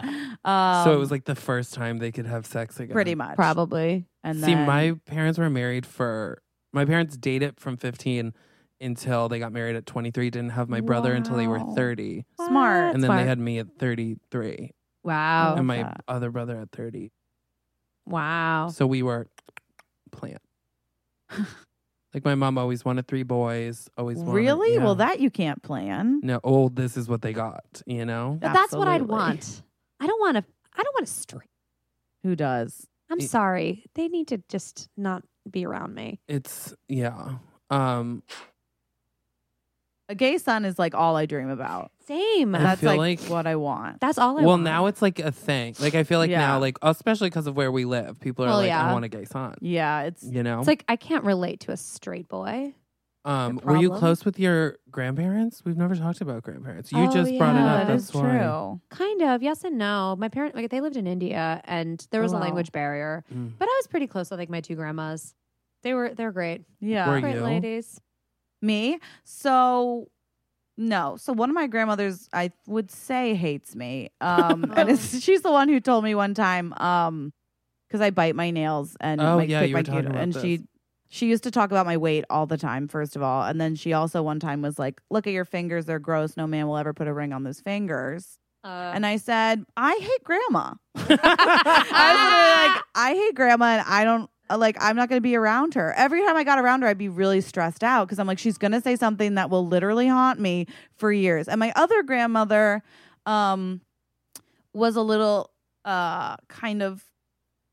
S2: Um,
S3: so it was like the first time they could have sex again.
S2: pretty much.
S1: Probably.
S2: And
S3: See,
S2: then,
S3: my parents were married for, my parents dated from 15 until they got married at 23, didn't have my brother until they were
S2: Wow.
S3: 30.
S2: Smart.
S3: and then
S1: Smart.
S3: they had me at 33
S1: Wow.
S2: Love
S3: and my
S2: that.
S3: other brother at 30.
S2: Oh.
S1: wow.
S3: So we were planned. like my mom always wanted three boys, always wanted,
S2: Really?
S3: yeah.
S2: Well, that you can't plan.
S3: No, oh, this is what they got, you know?
S1: But that's what I'd
S2: Absolutely.
S1: want. I don't want to. I don't want to straight.
S2: Who does?
S1: I'm
S3: Y-
S1: sorry. They need to just not be around me.
S3: It's yeah. Um
S2: A gay son is like all I dream about.
S1: Same.
S3: I
S2: That's
S3: feel
S2: like,
S3: like-
S2: what I want.
S1: That's all I
S3: well
S1: want.
S3: now it's like a thing. Like I feel like
S2: Yeah.
S3: now like especially because of where we live, people are
S1: Well,
S3: like I
S1: yeah.
S3: want a gay son,
S2: Yeah, it's
S3: you know?
S1: it's like I can't relate to a straight boy.
S3: um
S1: a
S3: were you
S1: problem.
S3: close with your grandparents? We've never talked about grandparents. You
S1: Oh,
S3: just brought it
S1: yeah.
S3: up.
S2: that
S3: That's
S2: is
S3: why.
S2: true.
S1: Kind of. Yes and no. My parents like they lived in India and there was
S2: Oh, Wow.
S1: a language barrier,
S3: Mm.
S1: but I was pretty close with like my two grandmas. They were they're great.
S2: Yeah.
S3: Were
S1: great
S3: you?
S1: ladies.
S2: Me? So no. So one of my grandmothers I would say hates me. Um and it's, she's the one who told me one time um because I bite my nails and
S3: Oh,
S2: my,
S3: yeah,
S2: pick
S3: you
S2: my
S3: were talking
S2: cuticle.
S3: about
S2: And
S3: this.
S2: she she used to talk about my weight all the time. First of all, and then she also one time was like, "Look at your fingers; they're gross. No man will ever put a ring on those fingers."
S1: Uh,
S2: And I said, "I hate grandma." I was
S1: Ah!
S2: literally like, I hate grandma and I don't uh, like I'm not gonna be around her. Every time I got around her, I'd be really stressed out because I'm like, she's gonna say something that will literally haunt me for years. And my other grandmother um was a little uh kind of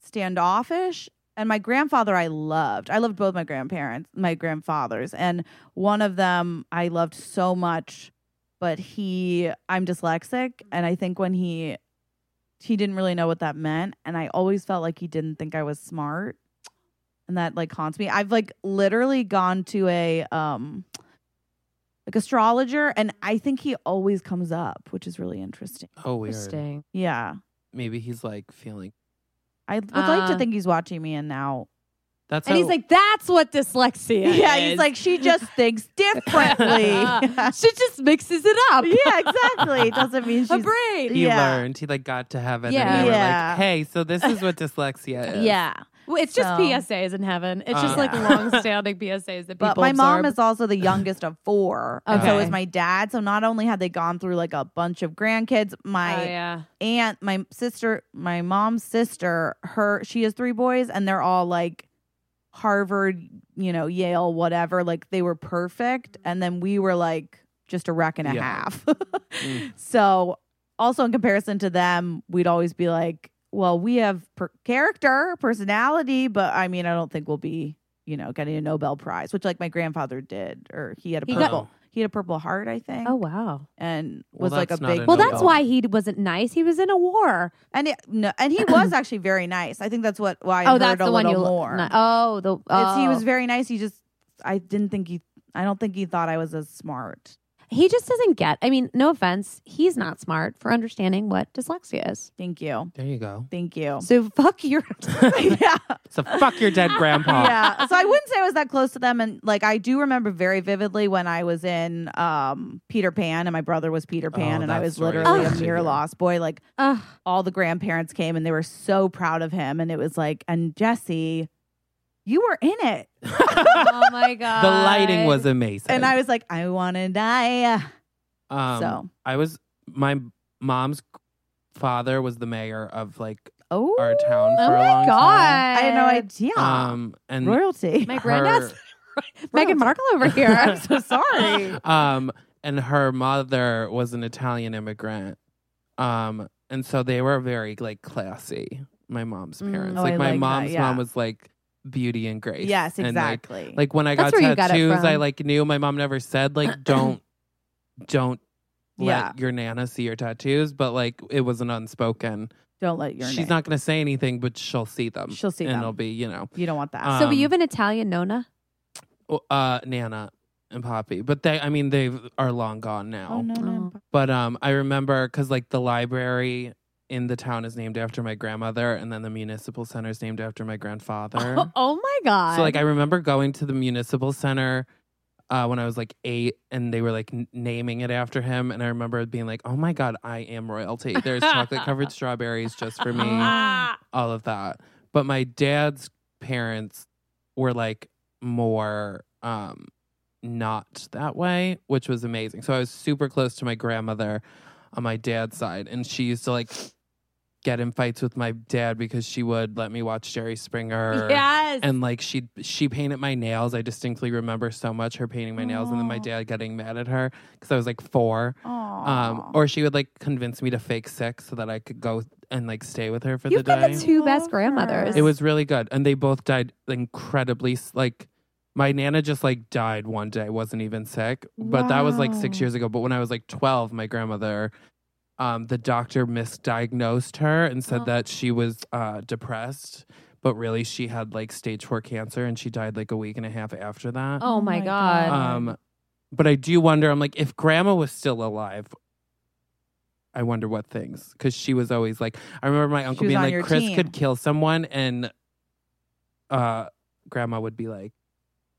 S2: standoffish. And my grandfather I loved. I loved both my grandparents, my grandfathers, and one of them I loved so much, but he I'm dyslexic and I think when he he didn't really know what that meant and i always felt like he didn't think i was smart and that like haunts me i've like literally gone to a um like astrologer and i think he always comes up which is really interesting
S3: oh, weird.
S1: Interesting.
S2: yeah
S3: Maybe he's like feeling.
S2: i would like to
S1: Uh.
S2: think he's watching me and now
S3: That's
S1: And
S3: how,
S1: he's like, that's what dyslexia
S2: yeah
S1: is."
S2: he's like she just thinks differently yeah
S1: she just mixes it up.
S2: exactly doesn't mean
S1: Her
S2: she's
S1: brain.
S3: he
S2: yeah.
S3: learned. He like got to heaven,
S1: Yeah.
S3: and they
S2: Yeah.
S3: were like, "Hey, so this is what dyslexia is."
S2: yeah
S1: Well, it's just
S2: So-
S1: PSAs in heaven. It's just
S3: Uh.
S1: like
S2: Yeah.
S1: long-standing PSAs that people.
S2: But my mom
S1: absorb.
S2: is also the youngest of four, and so
S1: Okay.
S2: is my dad. So not only had they gone through like a bunch of grandkids, my
S1: Oh, yeah.
S2: aunt, my sister, my mom's sister, her she has three boys, and they're all like Harvard, you know, Yale, whatever. Like they were perfect, and then we were like just a wreck and a
S3: Mm-hmm. Yeah.
S2: half.
S3: Mm.
S2: So also in comparison to them, we'd always be like, well, we have per- character, personality, but I mean, I don't think we'll be, you know, getting a Nobel Prize, which like my grandfather did, or he had a
S1: He
S3: got- Oh.
S2: purple, he had a purple heart, I think,
S1: Oh wow.
S2: and
S3: Well,
S2: was like a
S3: that's not
S2: big.
S3: a
S1: Well,
S3: No,
S1: that's
S3: no.
S1: why he wasn't nice. He was in a war.
S2: and it, no, and he was actually very nice. I think that's what why I
S1: oh,
S2: heard
S1: that's
S2: a
S1: the one you
S2: little more.
S1: no- oh, the
S2: It's-
S1: oh.
S2: he was very nice. He just, I didn't think he, I don't think he thought I was as smart.
S1: He just doesn't get. I mean, no offense, he's not smart for understanding what dyslexia is.
S2: Thank you,
S3: There you go.
S2: thank you.
S1: So fuck your.
S2: yeah.
S3: So fuck your dead
S1: Ah.
S3: grandpa.
S2: yeah. So I wouldn't say I was that close to them. And like, I do remember very vividly when I was in um, Peter Pan and my brother was Peter Pan
S3: Oh,
S2: and I
S3: that
S2: was
S3: story is
S2: literally a
S3: crazy,
S2: mere
S3: yeah.
S2: lost boy. Like,
S1: Ugh.
S2: all the grandparents came and they were so proud of him. And it was like, and Jesse, you were in it.
S1: oh my god.
S3: The lighting was amazing.
S2: And I was like, I want to die.
S3: um,
S2: so,
S3: I was my mom's father was the mayor of like
S2: oh,
S3: our town for
S1: Oh
S3: a
S1: my
S3: long
S1: god.
S3: time.
S2: I had no idea.
S3: Um and
S2: Royalty.
S1: My
S3: her-
S1: granddad's Meghan Markle over here. I'm so sorry.
S3: um and her mother was an Italian immigrant. Um and so they were very like classy, my mom's
S1: Mm.
S3: parents.
S2: Oh,
S3: like
S2: I
S3: my
S2: like that,
S3: mom's
S2: yeah.
S3: mom was like beauty and grace.
S2: yes,
S3: And, like,
S2: exactly.
S3: Like when I
S1: That's
S3: got
S1: where you got it
S3: tattoos, I
S1: from.
S3: like knew my mom never said like don't don't
S2: Yeah.
S3: let your nana see your tattoos, but like it was an unspoken.
S2: don't let your
S3: She's
S2: name-
S3: not gonna say anything, but she'll see them.
S2: She'll see
S3: and
S2: them.
S3: it'll be you know
S2: you don't want that.
S3: Um,
S1: so you have an Italian Nona?
S3: uh Nana and Poppy, but they I mean they are long gone now.
S2: oh, no, no.
S3: But um, I remember because like the library in the town is named after my grandmother, and then the municipal center is named after my grandfather.
S1: Oh, my god.
S3: So like I remember going to the municipal center uh, when I was like eight, and they were like n- naming it after him, and I remember being like, "Oh my god, I am royalty." There's chocolate covered strawberries just for me,
S1: Ah,
S3: all of that. But my dad's parents were like more um, not that way, which was amazing. So I was super close to my grandmother on my dad's side, and she used to like. Get in fights with my dad because she would let me watch Jerry Springer
S1: Yes.
S3: and like she she painted my nails. I distinctly remember so much her painting my nails, and then my
S2: Aw.
S3: dad getting mad at her because I was like four.
S2: Aw.
S3: Um, or she would like convince me to fake sick so that I could go and like stay with her for
S1: You've
S3: the
S1: got
S3: day.
S1: the two best
S2: Love
S1: grandmothers.
S2: her.
S3: it was really good, and they both died incredibly s- like. My nana just like died one day, wasn't even sick, but that was like six
S1: Wow.
S3: years ago. But when I was like twelve, my grandmother, um, the doctor misdiagnosed her and said
S1: Oh.
S3: that she was uh, depressed, but really she had like stage four cancer, and she died like a week and a half after that.
S1: Oh my
S2: my
S1: god.
S2: God.
S3: Um, but I do wonder. I'm like, if Grandma was still alive, I wonder what things because she was always like. I remember my uncle
S2: was
S3: being
S2: on
S3: like,
S2: your
S3: Chris
S2: team.
S3: could kill someone, and uh, Grandma would be like,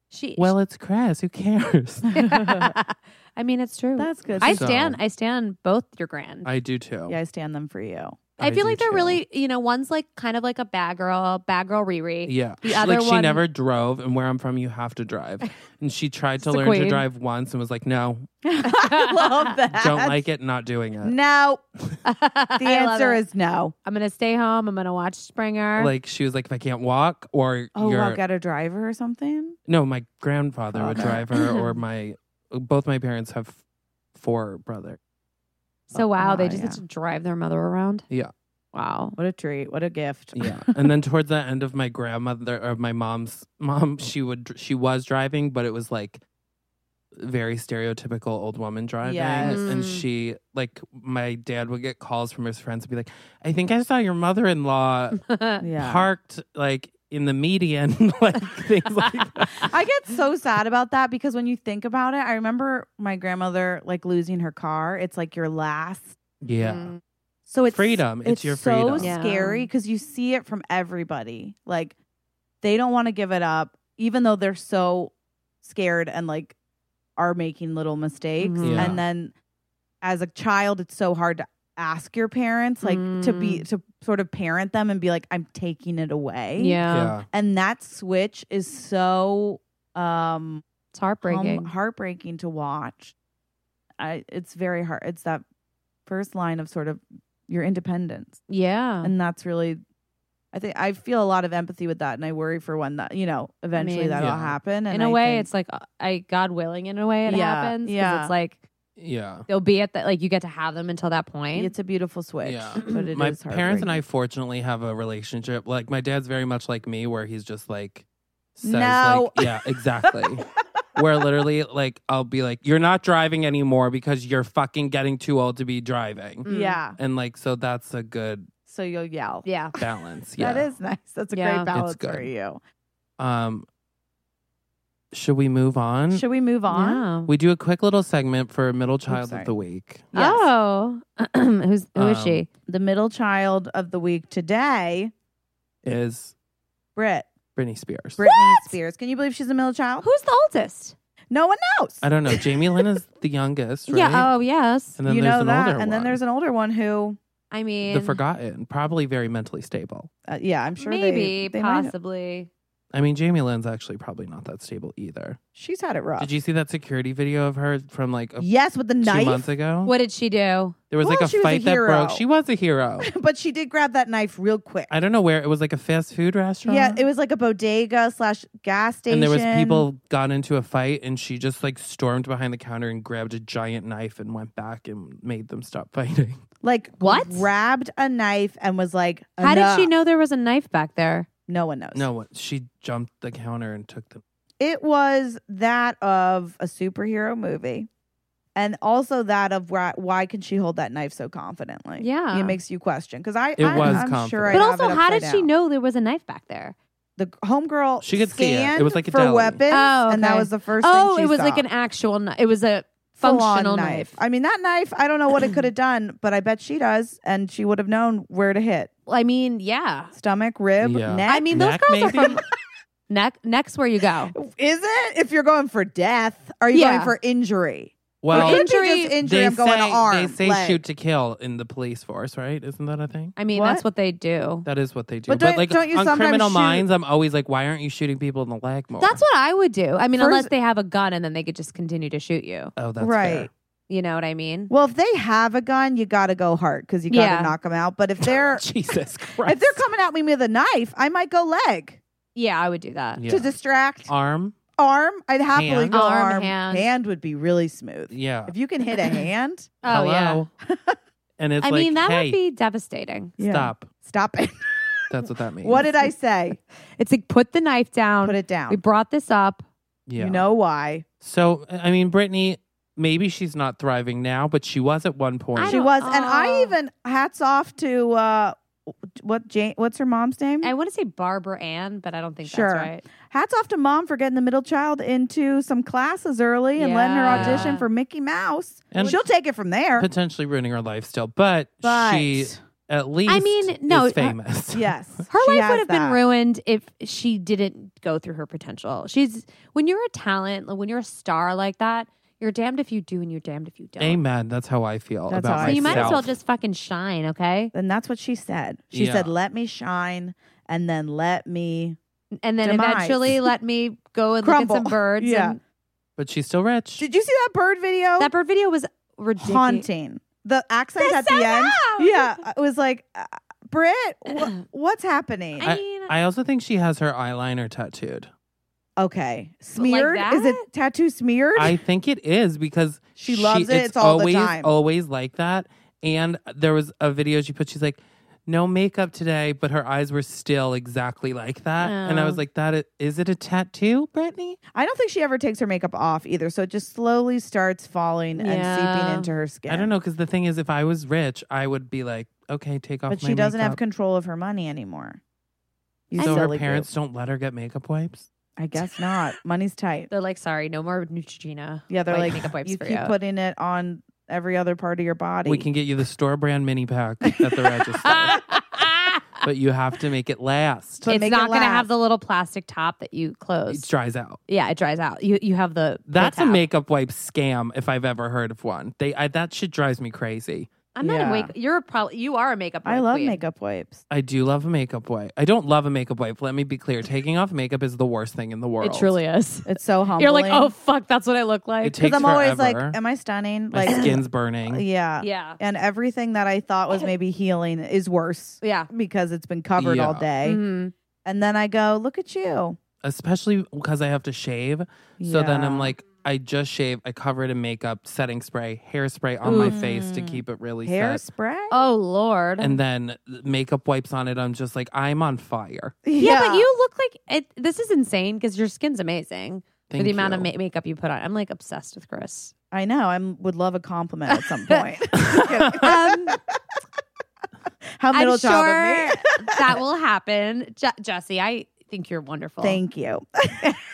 S1: she
S3: "Well, it's Chris. Who cares?"
S1: I mean, it's true.
S2: That's good.
S1: I
S3: So-
S1: stand. I stand both your grand.
S3: I do too.
S2: yeah, I stand them for you.
S1: I feel
S3: do
S1: like they're
S3: too.
S1: really, you know, one's like kind of like a bad girl, bad girl Riri.
S3: Yeah.
S1: The
S3: She-
S1: other
S3: like she
S1: one-
S3: never drove, and where I'm from, you have to drive. And she tried to
S1: She's the
S3: learn
S1: queen.
S3: to drive once and was like, no,
S2: I love that.
S3: don't like it, not doing it.
S2: No, the
S1: I love
S2: answer
S1: it.
S2: is no.
S1: I'm gonna stay home. I'm gonna watch Springer.
S3: Like she was like, if I can't walk, or
S2: Oh,
S3: you're
S2: I'll get a driver or something.
S3: no, my grandfather would
S2: Oh, Okay.
S3: drive her, or my both my parents have four brother.
S1: so wow,
S2: wow,
S1: they just
S2: yeah.
S1: have to drive their mother around.
S3: Yeah.
S1: Wow.
S2: What a treat! What a gift!
S3: Yeah, and then towards the end of my grandmother or my mom's mom, she would dr- she was driving, but it was like very stereotypical old woman driving,
S2: Yes.
S3: and
S1: Mm.
S3: she like my dad would get calls from his friends and be like, "I think I saw your mother in law
S1: Mm,
S2: Yeah.
S3: parked like in the median, like things like that."
S2: I get so sad about that because when you think about it, I remember my grandmother like losing her car. It's like your last.
S3: Yeah.
S1: Mm.
S2: So it's
S3: Freedom. It's your
S2: so
S3: freedom.
S1: Yeah.
S2: scary because you see it from everybody. Like they don't want to give it up, even though they're so scared and like are making little mistakes.
S1: Mhm.
S3: Yeah.
S2: And then as a child, it's so hard to ask your parents, like to be
S1: Mm.
S2: to sort of parent them and be like, "I'm taking it away."
S1: Yeah.
S3: Yeah.
S2: and that switch is so um
S1: It's heartbreaking.
S2: hum- heartbreaking to watch. I, it's very hard. It's that first line of sort of your independence,
S1: yeah.
S2: and that's really. I think I feel a lot of empathy with that, and I worry for when that you know eventually
S1: mean-
S2: that'll
S3: Yeah.
S2: happen. And
S1: in a
S2: I
S1: way,
S2: think-
S1: it's like uh, I God willing, in a way, it
S2: Yeah,
S1: happens. 'cause
S2: yeah.
S1: It's like
S3: Yeah.
S1: they'll be at that. Like you get to have them until that point.
S2: it's a beautiful switch,
S3: Yeah.
S2: but it is
S3: my parents and I
S2: heartbreaking.
S3: fortunately have a relationship. Like my dad's very much like me, where he's just like says,
S2: No.
S3: like, yeah, exactly. where literally, like, I'll be like, "You're not driving anymore because you're fucking getting too old to be driving,"
S1: Mm.
S2: Yeah,
S3: and like, so that's a good
S2: so you'll yell.
S1: yeah.
S3: balance. Yeah,
S2: That is nice. That's a
S1: Yeah.
S2: great
S1: It's
S2: balance for
S3: good.
S2: you.
S3: Um, should we move on?
S2: Should we move on?
S1: Yeah.
S3: we do a quick little segment for middle child
S2: sorry.
S3: of the week.
S2: Yes.
S1: Oh, who's who is
S3: Um,
S1: she?
S2: The middle child of the week today,
S3: Is
S2: Brit,
S3: Britney Spears?
S2: Britney
S1: Um,
S2: Spears. Can you believe she's a middle child?
S1: Who's the oldest?
S2: No one knows.
S3: I don't know. Jamie Lynn is the youngest, right?
S1: Yeah. Oh, yes.
S3: and then
S2: you
S3: there's
S2: know
S3: an
S2: that.
S3: older
S2: and
S3: one.
S2: then there's an older one who,
S1: I mean,
S3: the forgotten, probably very mentally stable.
S2: uh, yeah, I'm sure they-
S1: maybe,
S2: they, might have-
S1: possibly.
S3: I mean, Jamie Lynn's actually probably not that stable either.
S2: She's had it rough.
S3: Did you see that security video of her from like a,
S2: yes, with the
S3: two
S2: knife,
S3: months ago?
S1: What did she do?
S3: There was like
S2: Well,
S3: a
S2: she was a
S3: fight that
S2: hero.
S3: broke. She was a hero.
S2: but she did grab that knife real quick.
S3: I don't know where it was like a fast food restaurant.
S2: yeah, it was like a bodega slash gas
S3: and
S2: station.
S3: there was people got into a fight, and she just like stormed behind the counter and grabbed a giant knife and went back and made them stop fighting.
S2: like
S1: What?
S2: grabbed a knife and was like,
S1: How did she
S2: "Enough."
S1: know there was a knife back there?
S2: No one knows.
S3: No, what- she jumped the counter and took the.
S2: it was that of a superhero movie, and also that of why, why can she hold that knife so confidently?
S1: Yeah.
S2: it makes you question because I
S3: It
S2: I,
S3: was
S2: am sure. I
S3: confident.
S1: But
S2: have
S1: also,
S2: it
S1: how
S2: upside
S1: did she
S2: down.
S1: know there was a knife back there?
S2: the homegirl
S3: She could see it. It
S2: scanned
S3: was like a
S2: for
S3: deli.
S2: weapons,
S1: Oh,
S2: and that
S1: okay.
S2: was the first. thing
S1: Oh,
S2: she
S1: it was
S2: saw.
S1: like an actual knife. It was a
S2: Full-on
S1: functional knife.
S2: I mean, that knife. I don't know what it could have done, but I bet she does, and she would have known where to hit:
S1: I mean, yeah.
S2: stomach, rib,
S3: Yeah.
S2: neck.
S1: I mean, those
S3: Neck,
S1: girls are
S3: maybe?
S1: from neck. Neck's where you go.
S2: is it if you're going for death? Are you
S1: Yeah.
S2: going for injury?
S3: Well,
S2: It
S1: Or
S2: could be
S1: Injury-
S2: just injury. I'm going
S3: say,
S2: to arm.
S3: they say
S2: leg.
S3: shoot to kill in the police force, right? Isn't that a thing?
S1: I mean,
S2: What?
S1: that's what they do.
S3: That is what they do.
S2: But
S3: But,
S2: don't-
S3: like
S2: don't you
S3: on
S2: sometimes
S3: Criminal
S2: shoot-
S3: Minds, I'm always like, why aren't you shooting people in the leg more?
S1: That's what I would do. I mean,
S2: First-
S1: unless they have a gun and then they could just continue to shoot you.
S3: Oh, that's
S2: Right.
S3: Fair.
S1: You know what I mean?
S2: Well, if they have a gun, you got to go hard because you got to
S1: Yeah.
S2: knock them out. But if they're
S3: Jesus Christ.
S2: if they're coming at me with a knife, I might go leg
S1: Yeah, I would do that.
S3: yeah.
S2: to distract.
S3: arm,
S2: arm, I'd happily
S3: Hand.
S2: go arm.
S1: Arm, hand.
S2: would be really smooth.
S3: yeah.
S2: If you can hit a hand,
S1: Oh yeah.
S3: yeah. and it's
S1: I
S3: like,
S1: mean, that
S3: hey,
S1: would be devastating.
S2: Yeah.
S3: stop.
S2: stop it.
S3: That's what that means.
S2: what did I say?
S1: It's like put the knife down.
S2: Put it down.
S1: We brought this up.
S3: Yeah.
S2: You know why?
S3: So I mean, Brittany, maybe she's not thriving now, but she was at one point.
S1: I
S2: She
S1: don't-
S2: was, and I
S1: Oh.
S2: even hats off to uh, what? Jane, what's her mom's name?
S1: I want to say Barbara Ann, but I don't think
S2: Sure.
S1: that's right.
S2: hats off to mom for getting the middle child into some classes early and letting her
S1: Yeah.
S2: audition for Mickey Mouse.
S3: And-
S2: she'll take it from there.
S3: potentially ruining her life still, but,
S2: But
S3: she at least
S1: mean, no, uh,
S3: is
S1: her-
S3: famous.
S2: yes,
S1: Her
S2: she
S1: life
S2: has
S1: would have been
S2: that.
S1: ruined if she didn't go through her potential. She's when you're a talent, when you're a star like that, You're damned if you do, and you're damned if you don't.
S3: Amen. That's how I feel
S2: That's
S3: about
S2: how I
S1: So you
S3: myself.
S1: might as well just fucking shine, okay?
S2: And that's what she said. She
S3: Yeah.
S2: said, "Let me shine, and then let me."
S1: And then
S2: Demise.
S1: eventually let me go and
S2: Crumble.
S1: look at some birds.
S2: Yeah.
S1: and-
S3: But she's still rich.
S2: Did you see that bird video?
S1: that bird video was ridiculous.
S2: haunting. The accent at the end. Yeah, it was like, uh, Brit, wh- what's happening?
S1: I mean,
S3: I also think she has her eyeliner tattooed.
S2: okay, smeared. Is
S1: that?
S2: it tattoo smeared?
S3: I think it is because
S2: She loves it.
S3: It's,
S2: It's all the
S3: always,
S2: time.
S3: always like that. And there was a video she put. She's like, no makeup today, but her eyes were still exactly like that. And I
S1: Oh.
S3: was like, that is, is it a tattoo, Brittany?
S2: I don't think she ever takes her makeup off either, so it just slowly starts falling and
S1: Yeah.
S2: seeping into her skin.
S3: I don't know because the thing is, if I was rich, I would be like, okay, take off.
S2: but
S3: my
S2: she doesn't have
S3: makeup.
S2: control of her money anymore. You
S3: So her
S2: silly
S3: parents don't let her get makeup wipes.
S2: goose. I guess not. Money's tight.
S1: they're like, sorry, no more Neutrogena.
S2: Yeah, they're like,
S1: Like makeup wipes
S2: you
S1: for
S2: keep
S1: you."
S2: putting it on every other part of your body.
S3: We can get you the store brand mini pack at the register, but you have to make it last.
S2: But
S1: it's
S2: make it
S1: not going to
S2: last.
S1: have the little plastic top that you
S3: It
S1: close.
S3: dries out.
S1: yeah, it dries out. You you have the the
S3: That's a
S1: tab.
S3: makeup wipe scam if I've ever heard of one. They I, that shit drives me crazy.
S1: I'm not
S2: Yeah.
S1: a wake. You're a probably you are a makeup.
S2: I love
S1: queen.
S2: makeup wipes.
S3: I do love a makeup wipe. I don't love a makeup wipe. Let me be clear. Taking off makeup is the worst thing in the world.
S1: It truly is.
S2: It's so humbling.
S1: You're like, oh fuck, that's what I look
S3: It
S1: like.
S3: takes
S2: because I'm always
S3: forever.
S2: like, am I stunning?
S3: my
S2: like,
S3: skin's burning.
S2: yeah,
S1: yeah,
S2: And everything that I thought was maybe healing is worse
S1: yeah.
S2: because it's been covered all
S3: Yeah.
S2: day.
S1: Mhm.
S2: And then I go, look at you.
S3: Especially because I have to shave. So then I'm
S2: Yeah.
S3: like, I just shave. I cover it in makeup, setting spray, hairspray on my face to
S2: Mm.
S3: keep it really
S2: hair
S3: set.
S2: spray.
S1: Oh lord.
S3: And then makeup wipes on it. I'm just like, I'm on fire.
S1: Oh, yeah, but you look like it. This is insane because your skin's amazing
S3: Thank
S1: for the amount of
S3: you.
S1: ma- makeup you put on. I'm like obsessed with Chris.
S2: I know. I would love a compliment at some point.
S1: Um,
S2: How middle
S1: I'm sure
S2: child of me.
S1: that will happen, Je- Jesse. I think you're wonderful.
S2: Thank you.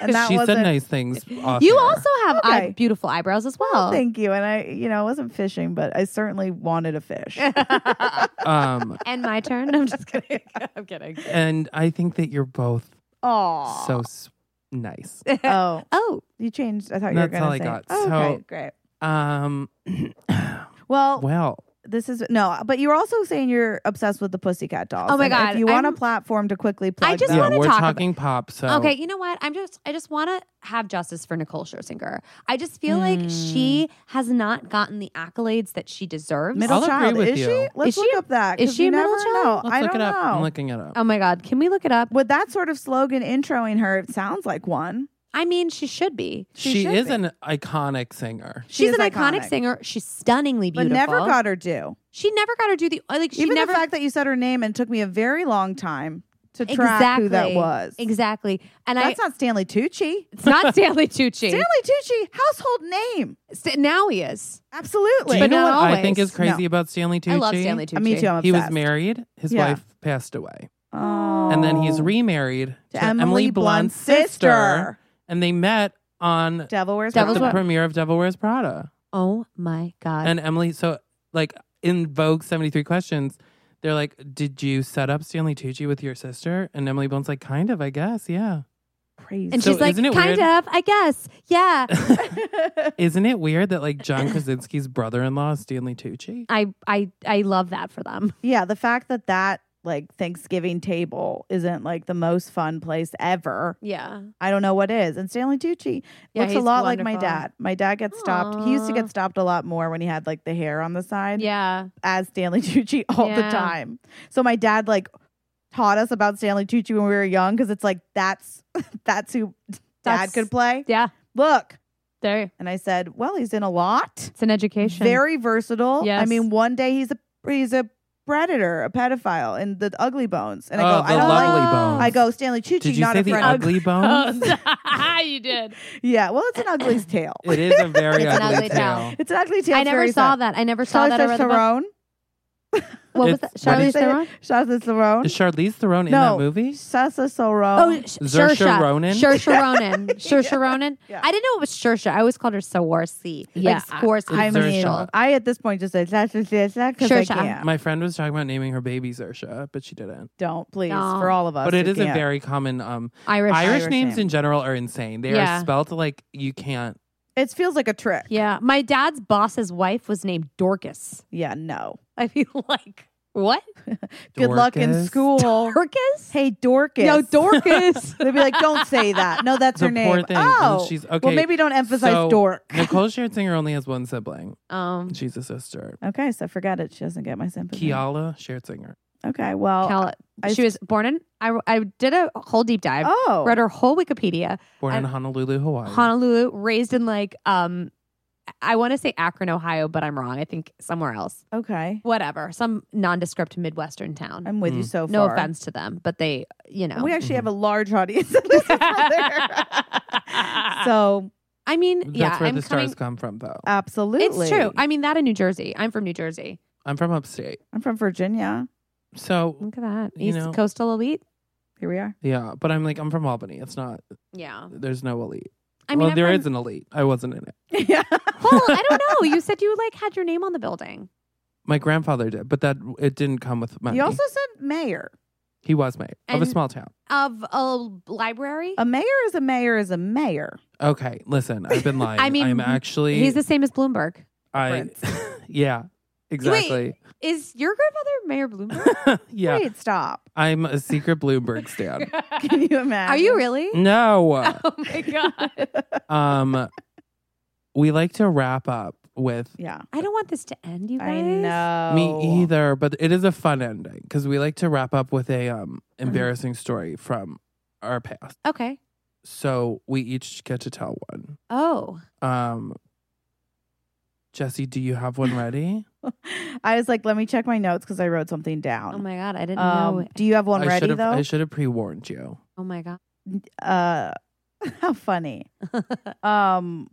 S2: and that
S3: she
S2: wasn't.
S3: said nice things. off
S1: you
S3: air.
S1: also have eye-
S2: Okay.
S1: beautiful eyebrows as
S2: Well,
S1: well.
S2: "Oh, thank you. And I, you know, I wasn't fishing, but I certainly wanted a fish.
S3: Um,
S1: and my turn. I'm just kidding. I'm kidding.
S3: and I think that you're both
S2: Oh,
S3: so s- nice.
S2: oh,
S1: Oh,
S2: you changed. I thought you were
S3: That's
S2: going
S3: all
S2: to
S3: I
S2: say.
S3: got.
S2: Oh,
S3: So-
S2: okay, great.
S3: Um,
S2: Well,
S3: well,
S2: this is no, but you were also saying you're obsessed with the Pussycat Dolls.
S1: Oh my
S2: And
S1: God,
S2: If you want a
S1: I'm-
S2: platform to quickly plug,
S1: just
S2: them-
S3: yeah,
S1: wanna
S3: we're
S1: talk about-
S3: talking pop. So
S1: okay. You know what? I'm just. I just want to have justice for Nicole Scherzinger. I just feel
S2: Hmm.
S1: like she has not gotten the accolades that she deserves.
S2: middle
S3: I'll agree
S2: child.
S3: with
S2: is
S3: you.
S2: she? Let's
S1: Is
S2: look
S1: she-
S2: up that.
S1: is
S2: 'cause
S1: she
S2: you
S1: a middle
S2: never
S1: child?
S2: know.
S3: let's
S2: I
S3: look
S2: don't
S3: it up. I'm
S2: know.
S3: looking it up.
S1: oh my God! Can we look it up?
S2: With that sort of slogan introing her, it sounds like one.
S1: I mean, she should be.
S3: she
S2: should
S3: is
S2: be.
S3: an iconic singer.
S2: She
S1: She's
S2: is
S1: an iconic,
S2: iconic.
S1: singer. She's stunningly
S2: But
S1: beautiful.
S2: never got her due.
S1: She never got her due. The like. She
S2: Even
S1: never.
S2: the fact that you said her name and took me a very long time to track who that
S1: Exactly.
S2: was.
S1: exactly. And I.
S2: That's not Stanley Tucci.
S1: it's not Stanley Tucci.
S2: Stanley Tucci, household name.
S1: St- now he is.
S2: Absolutely.
S3: Do you
S1: But
S3: know what
S1: not
S3: I think
S1: always.
S3: is crazy about Stanley Tucci?
S1: I love Stanley Tucci.
S2: Uh, me too. I'm
S3: He was
S2: obsessed.
S3: married. His
S2: Yeah.
S3: wife passed away,
S2: Oh.
S3: and then he's remarried to,
S2: Emily, Blunt's sister.
S3: and they met on
S2: Devil Wears
S1: Devil's
S3: the
S1: Wear-
S2: Prada.
S3: premiere of Devil Wears Prada.
S1: Oh my god.
S3: And Emily, so like in Vogue 73 questions, they're like, Did you set up Stanley Tucci with your sister? And Emily Blunt's like, Kind of, I guess. Yeah.
S2: Crazy.
S1: And
S3: So
S1: she's like,
S3: isn't it
S1: kind
S3: weird-
S1: of, I guess. Yeah.
S3: Isn't it weird that like John Krasinski's brother in law is Stanley Tucci?
S1: I, I I love that for them.
S2: yeah, the fact that that like Thanksgiving table isn't like the most fun place ever.
S1: Yeah.
S2: I don't know what is. And Stanley Tucci
S1: Yeah,
S2: looks a
S1: he's
S2: lot like my
S1: wonderful.
S2: dad. My dad gets stopped. He used to
S1: Aw.
S2: get stopped a lot more when he had like the hair on the side
S1: Yeah.
S2: as Stanley Tucci all the
S1: Yeah.
S2: time. So my dad like taught us about Stanley Tucci when we were young because it's like that's that's who dad
S1: That's-
S2: could play.
S1: Yeah.
S2: Look.
S1: There.
S2: And I said, Well, he's in a lot.
S1: It's an education.
S2: Very versatile. I
S1: Yes.
S2: mean, one day he's a he's a predator, a pedophile in the Ugly Bones, and I
S3: oh,
S2: go,
S3: the
S2: I don't
S3: lovely
S2: like.
S3: bones.
S2: I go Stanley Tucci,
S3: Did you
S2: not
S3: say
S2: a
S3: the
S2: friend. Oh.
S3: ugly bones?
S1: you did.
S2: yeah, well, it's an ugly tale.
S3: it is a very
S1: It's an
S3: ugly,
S1: ugly
S3: tale.
S1: tale.
S2: It's an ugly tale.
S1: I
S2: It's
S1: never
S2: very
S1: saw
S2: sad.
S1: that. I never saw that. I read the book.
S2: Theron.
S1: What was
S3: It's-
S1: that?
S3: what
S1: Charlize
S3: is
S1: Theron?
S2: Charlize Theron.
S3: Is Charlize Theron
S2: No.
S3: in that movie?
S2: Saoirse
S1: Oh,
S2: Theron.
S1: Sh-
S3: Saoirse
S1: Saoirse
S3: Ronan?
S1: Saoirse Ronan. Saoirse Ronan.
S2: Yeah.
S1: I didn't know it was Saoirse. I always called her Saoirse.
S2: Yeah,
S1: Like Scorsese.
S2: I mean,
S1: Oh,
S3: Saoirse.
S2: I at this point just say Saoirse because I
S1: Saoirse.
S2: can't.
S3: My friend was talking about naming her baby Zersha, but she didn't.
S2: Don't please
S1: No.
S2: for all of us.
S3: But it
S2: who
S3: is a
S2: can't.
S3: very common um
S1: Irish.
S3: Irish,
S2: Irish
S3: names
S2: name.
S3: in general are insane. They
S1: Yeah.
S3: are spelt like you can't
S2: It feels like a trick.
S1: Yeah. My dad's boss's wife was named Dorcas.
S2: Yeah, no.
S1: I feel like, what?
S2: Good luck in
S3: Dorcas.
S2: school.
S1: Dorcas?
S2: Hey, Dorcas.
S1: No, Dorcas.
S2: They'd be like, don't say that. No, that's
S3: The
S2: her name.
S3: poor thing. And
S2: Oh,
S3: she's-
S2: Well,
S3: okay,
S2: maybe don't emphasize
S3: so-
S2: dork.
S3: Nicole Scherzinger only has one sibling.
S1: um,
S3: She's a sister.
S2: Okay, so forget it. She doesn't get my sympathy.
S3: Kiala Scherzinger.
S2: Okay, well,
S1: Cal-
S2: I-
S1: she was born in, I, I did a whole deep dive,
S2: oh,
S1: read her whole Wikipedia.
S3: Born in
S1: And-
S3: Honolulu, Hawaii.
S1: Honolulu, raised in like, um, I want to say Akron, Ohio, but I'm wrong. I think somewhere else.
S2: okay.
S1: Whatever. Some nondescript Midwestern town.
S2: I'm with you
S3: Mm.
S2: so far.
S1: Hmm. no offense Mm-hmm. to them, but they, you know.
S2: We actually have a large audience that listens from there. so
S1: I mean,
S3: That's
S1: yeah,
S3: where
S1: I'm
S3: the
S1: coming.
S3: stars come from, though.
S2: absolutely,
S1: It's true. I mean, that in New Jersey. I'm from New Jersey.
S3: I'm from upstate.
S2: I'm from Virginia.
S3: So,
S1: Look at that.
S3: You
S1: East
S3: know-
S1: Coastal Elite.
S2: Here we are.
S3: yeah, but I'm like, I'm from Albany. It's not,
S1: Yeah.
S3: there's no elite.
S1: I mean,
S3: well, there
S1: I'm
S3: is
S1: from-
S3: an elite. I wasn't in it.
S2: yeah.
S1: Well, I don't know. You said you like had your name on the building.
S3: My grandfather did, but that it didn't come with money.
S2: You also said mayor.
S3: he was mayor of a
S1: And-
S3: small town.
S1: Of a library?
S2: A mayor is a mayor is a mayor.
S3: Okay, listen, I've been lying.
S1: I mean,
S3: I'm actually.
S1: He's the same as Bloomberg.
S3: I, yeah, exactly.
S1: Is your grandfather Mayor Bloomberg?
S3: yeah,
S2: Wait, stop.
S3: I'm a secret Bloomberg stan.
S2: Can you imagine?
S1: Are you really?
S3: no,
S1: Oh my God.
S3: um, we like to wrap up with
S2: Yeah.
S1: I don't want this to end, you guys.
S2: I know.
S3: me either, but it is a fun ending because we like to wrap up with a um embarrassing story from our past.
S1: Okay.
S3: So we each get to tell one.
S1: Oh.
S3: Um, Jesse, do you have one ready?
S2: I was like, let me check my notes because I wrote something down.
S1: Oh my God. I didn't know.
S2: Um, do you have one
S3: I
S2: ready
S3: should've-
S2: though?
S3: I should have pre warned you.
S1: Oh my God.
S2: uh, how funny. um,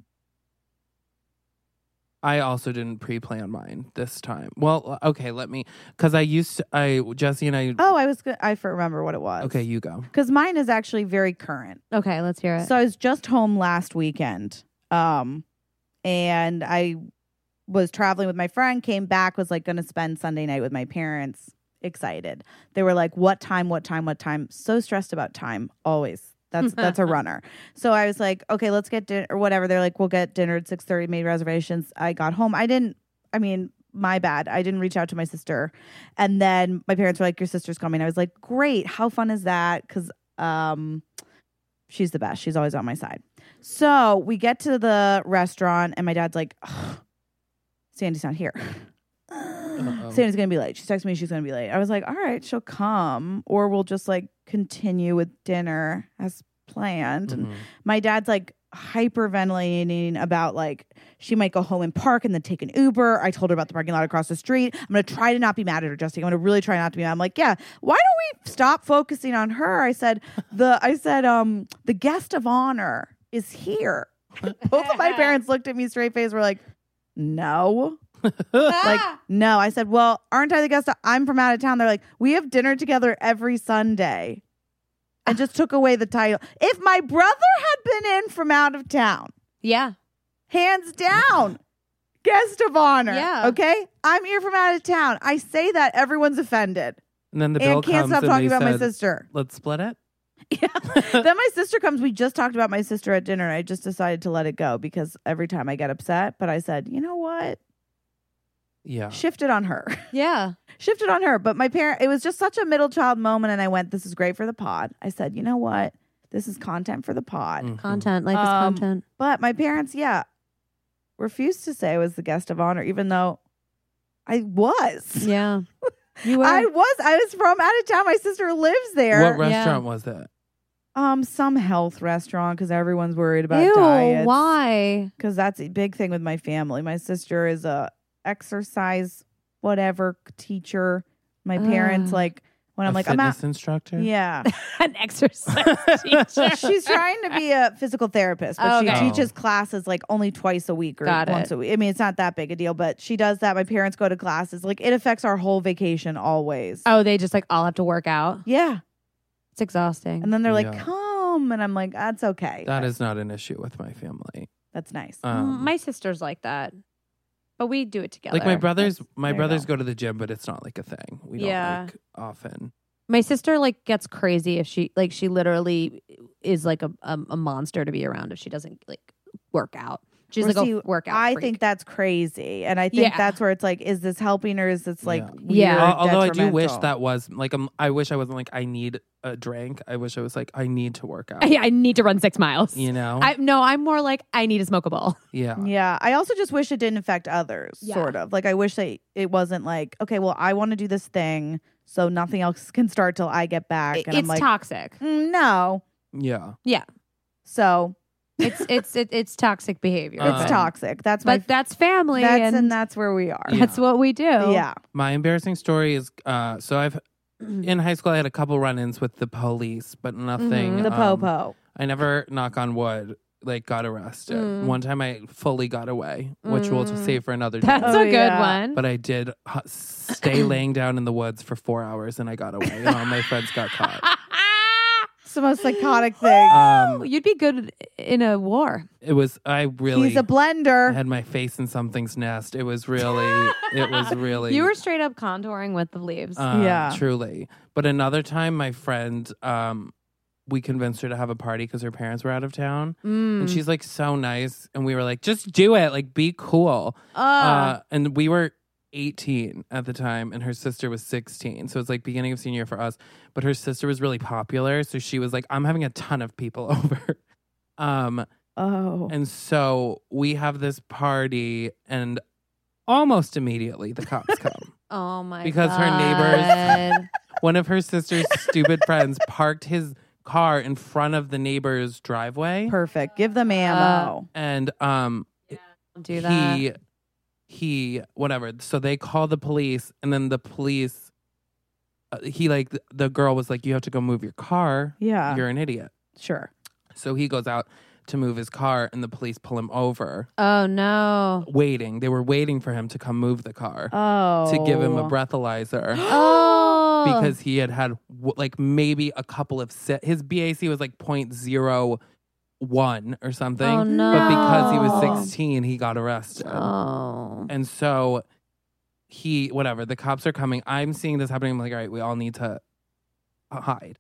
S3: I also didn't pre-plan mine this time. Well, okay, let me because I used to, I Jesse and I.
S2: oh, I was go- I for- remember what it was.
S3: okay, you go.
S2: because mine is actually very current.
S1: okay, let's hear it.
S2: So I was just home last weekend. Um, and I was traveling with my friend, came back, was like going to spend Sunday night with my parents. Excited. They were like, "What time? What time? What time?" So stressed about time always. That's that's a runner. So I was like, "Okay, let's get dinner or whatever." They're like, "We'll get dinner at 6:30, made reservations." I got home. I didn't I mean, my bad. I didn't reach out to my sister. And then my parents were like, "Your sister's coming." I was like, "Great. How fun is that?" Cuz um she's the best. She's always on my side. So we get to the restaurant, and my dad's like, "Ugh, Sandy's not here. Sandy's gonna be late. She texted me, she's gonna be late. I was like, all right, she'll come, or we'll just like continue with dinner as planned. And
S3: Mhm.
S2: my dad's like hyperventilating about like she might go home and park and then take an Uber. I told her about the parking lot across the street. I'm gonna try to not be mad at her, Jesse. I'm gonna really try not to be mad. I'm like, yeah, why don't we stop focusing on her? I said the I said um the guest of honor is here. Both of my parents looked at me straight face. Were like, no. Like, no. I said, well, aren't I the guest? of- I'm from out of town. They're like, we have dinner together every Sunday. And just took away the title. If my brother had been in from out of town,
S1: yeah.
S2: hands down, guest of honor.
S1: Yeah.
S2: Okay. I'm here from out of town. I say that everyone's offended
S3: and then the bill
S2: and can't
S3: comes
S2: stop
S3: and
S2: talking
S3: they
S2: about my
S3: said,
S2: sister.
S3: Let's split it.
S2: then my sister comes. We just talked about my sister at dinner. And I just decided to let it go because every time I get upset, but I said, you know what?
S3: Yeah.
S2: Shift it on her.
S1: Yeah.
S2: Shifted on her. But my parent, it was just such a middle child moment. And I went, this is great for the pod. I said, you know what? This is content for the pod.
S3: Mhm.
S1: Content. Life is
S2: Um,
S1: content.
S2: But my parents, yeah, refused to say I was the guest of honor, even though I was.
S1: Yeah. You were.
S2: I was. I was from out of town. My sister lives there.
S3: What restaurant was it?
S2: um, some health restaurant because everyone's worried about
S1: Ew,
S2: diets.
S1: why?
S2: because that's a big thing with my family. My sister is a exercise whatever teacher. My parents
S1: Ah.
S2: like when
S3: A
S2: I'm like I'm
S3: fitness
S2: out.
S3: instructor.
S2: Yeah,
S1: An exercise teacher.
S2: she's trying to be a physical therapist, but
S1: Okay.
S2: she teaches classes like only twice a week or
S1: Got
S2: once
S1: it.
S2: a week. I mean, it's not that big a deal, but she does that. My parents go to classes. Like it affects our whole vacation always.
S1: oh, they just like all have to work out.
S2: Yeah,
S1: It's exhausting.
S2: and then they're like,
S3: Yeah.
S2: "Come," and I'm like, "That's okay.
S3: That is not an issue with my family.
S2: that's nice."
S1: Mm,
S3: Um,
S1: my sister's like that, but we do it together.
S3: like my brothers, my
S2: there you
S3: brothers
S2: go.
S3: go. to the gym, but it's not like a thing. We don't
S1: Yeah.
S3: like often.
S1: My sister like gets crazy if she like she literally is like a a, a monster to be around if she doesn't like work out. She's
S2: Well,
S1: like
S2: see,
S1: a workout.
S2: I
S1: freak.
S2: think that's crazy, and I think
S1: Yeah.
S2: that's where it's like, is this helping or is this like
S3: Yeah.
S1: Yeah.
S2: weird,
S1: Al-
S3: Although I do wish
S2: detrimental?
S3: that was like um, I wish I wasn't like I need a drink. I wish I was like I need to work out.
S1: Yeah, I need to run six miles.
S3: You know?
S1: I no, I'm more like I need to smoke a ball.
S3: yeah.
S2: Yeah, I also just wish it didn't affect others.
S1: Yeah.
S2: Sort of like I wish that it wasn't like, okay, well, I want to do this thing, so nothing else can start till I get back,
S1: It-
S2: and I'm
S1: it's
S2: like,
S1: toxic.
S2: "Mm, no.
S3: Yeah.
S2: So
S1: It's it's it, it's toxic behavior.
S3: Um,
S2: it's
S1: but-
S2: toxic. That's my
S1: but that's family.
S2: that's
S1: and
S2: and that's where we are.
S1: that's what we do.
S2: Yeah.
S3: My embarrassing story is uh so I've in high school I had a couple run-ins with the police, but nothing.
S1: Mhm.
S2: Mm-hmm. The
S3: um,
S2: popo.
S3: I never knock on wood like got arrested.
S1: Mm.
S3: One time I fully got away, which we'll
S1: Mm.
S3: save for another day.
S1: That's
S2: Oh,
S1: a good
S2: yeah.
S1: one.
S3: but I did h- stay laying down in the woods for four hours and I got away and all my friends got caught.
S2: It's the most psychotic thing.
S3: Um,
S1: Ah! You'd be good in a war.
S3: it was, I really
S2: He's a blender.
S3: had my face in something's nest. It was really, it was really.
S1: You were straight up contouring with the leaves.
S3: um,
S2: Yeah.
S3: Truly. But another time, my friend, um, we convinced her to have a party because her parents were out of town.
S1: Mm.
S3: And she's like so nice. And we were like, just do it. Like, be cool.
S1: Uh,
S3: Uh, and we were 18 at the time, and her sister was 16. So it's like beginning of senior year for us. But her sister was really popular. So she was like, I'm having a ton of people over. Um,
S2: oh.
S3: and so we have this party, and almost immediately the cops come.
S1: oh my
S3: because her
S1: neighbors
S3: One of her sister's stupid friends parked his car in front of the neighbor's driveway.
S2: Perfect. Give them
S1: Uh,
S2: ammo.
S3: and um,
S1: do that.
S3: He, he, whatever. So they call the police, and then the police, uh, he like the, the girl was like, "You have to go move your car.
S2: yeah.
S3: You're an idiot."
S2: Sure.
S3: So he goes out to move his car, and the police pull him over,
S1: oh no.
S3: waiting. They were waiting for him to come move the car
S2: Oh.
S3: to give him a breathalyzer.
S1: Oh,
S3: Because he had had w- like maybe a couple of sit. His BAC was like point zero one or something.
S1: oh no.
S3: But because he was uh,
S2: No.
S3: 16, he got arrested.
S1: Oh.
S3: And so he, whatever, the cops are coming. I'm seeing this happening. I'm like, all right, we all need to hide.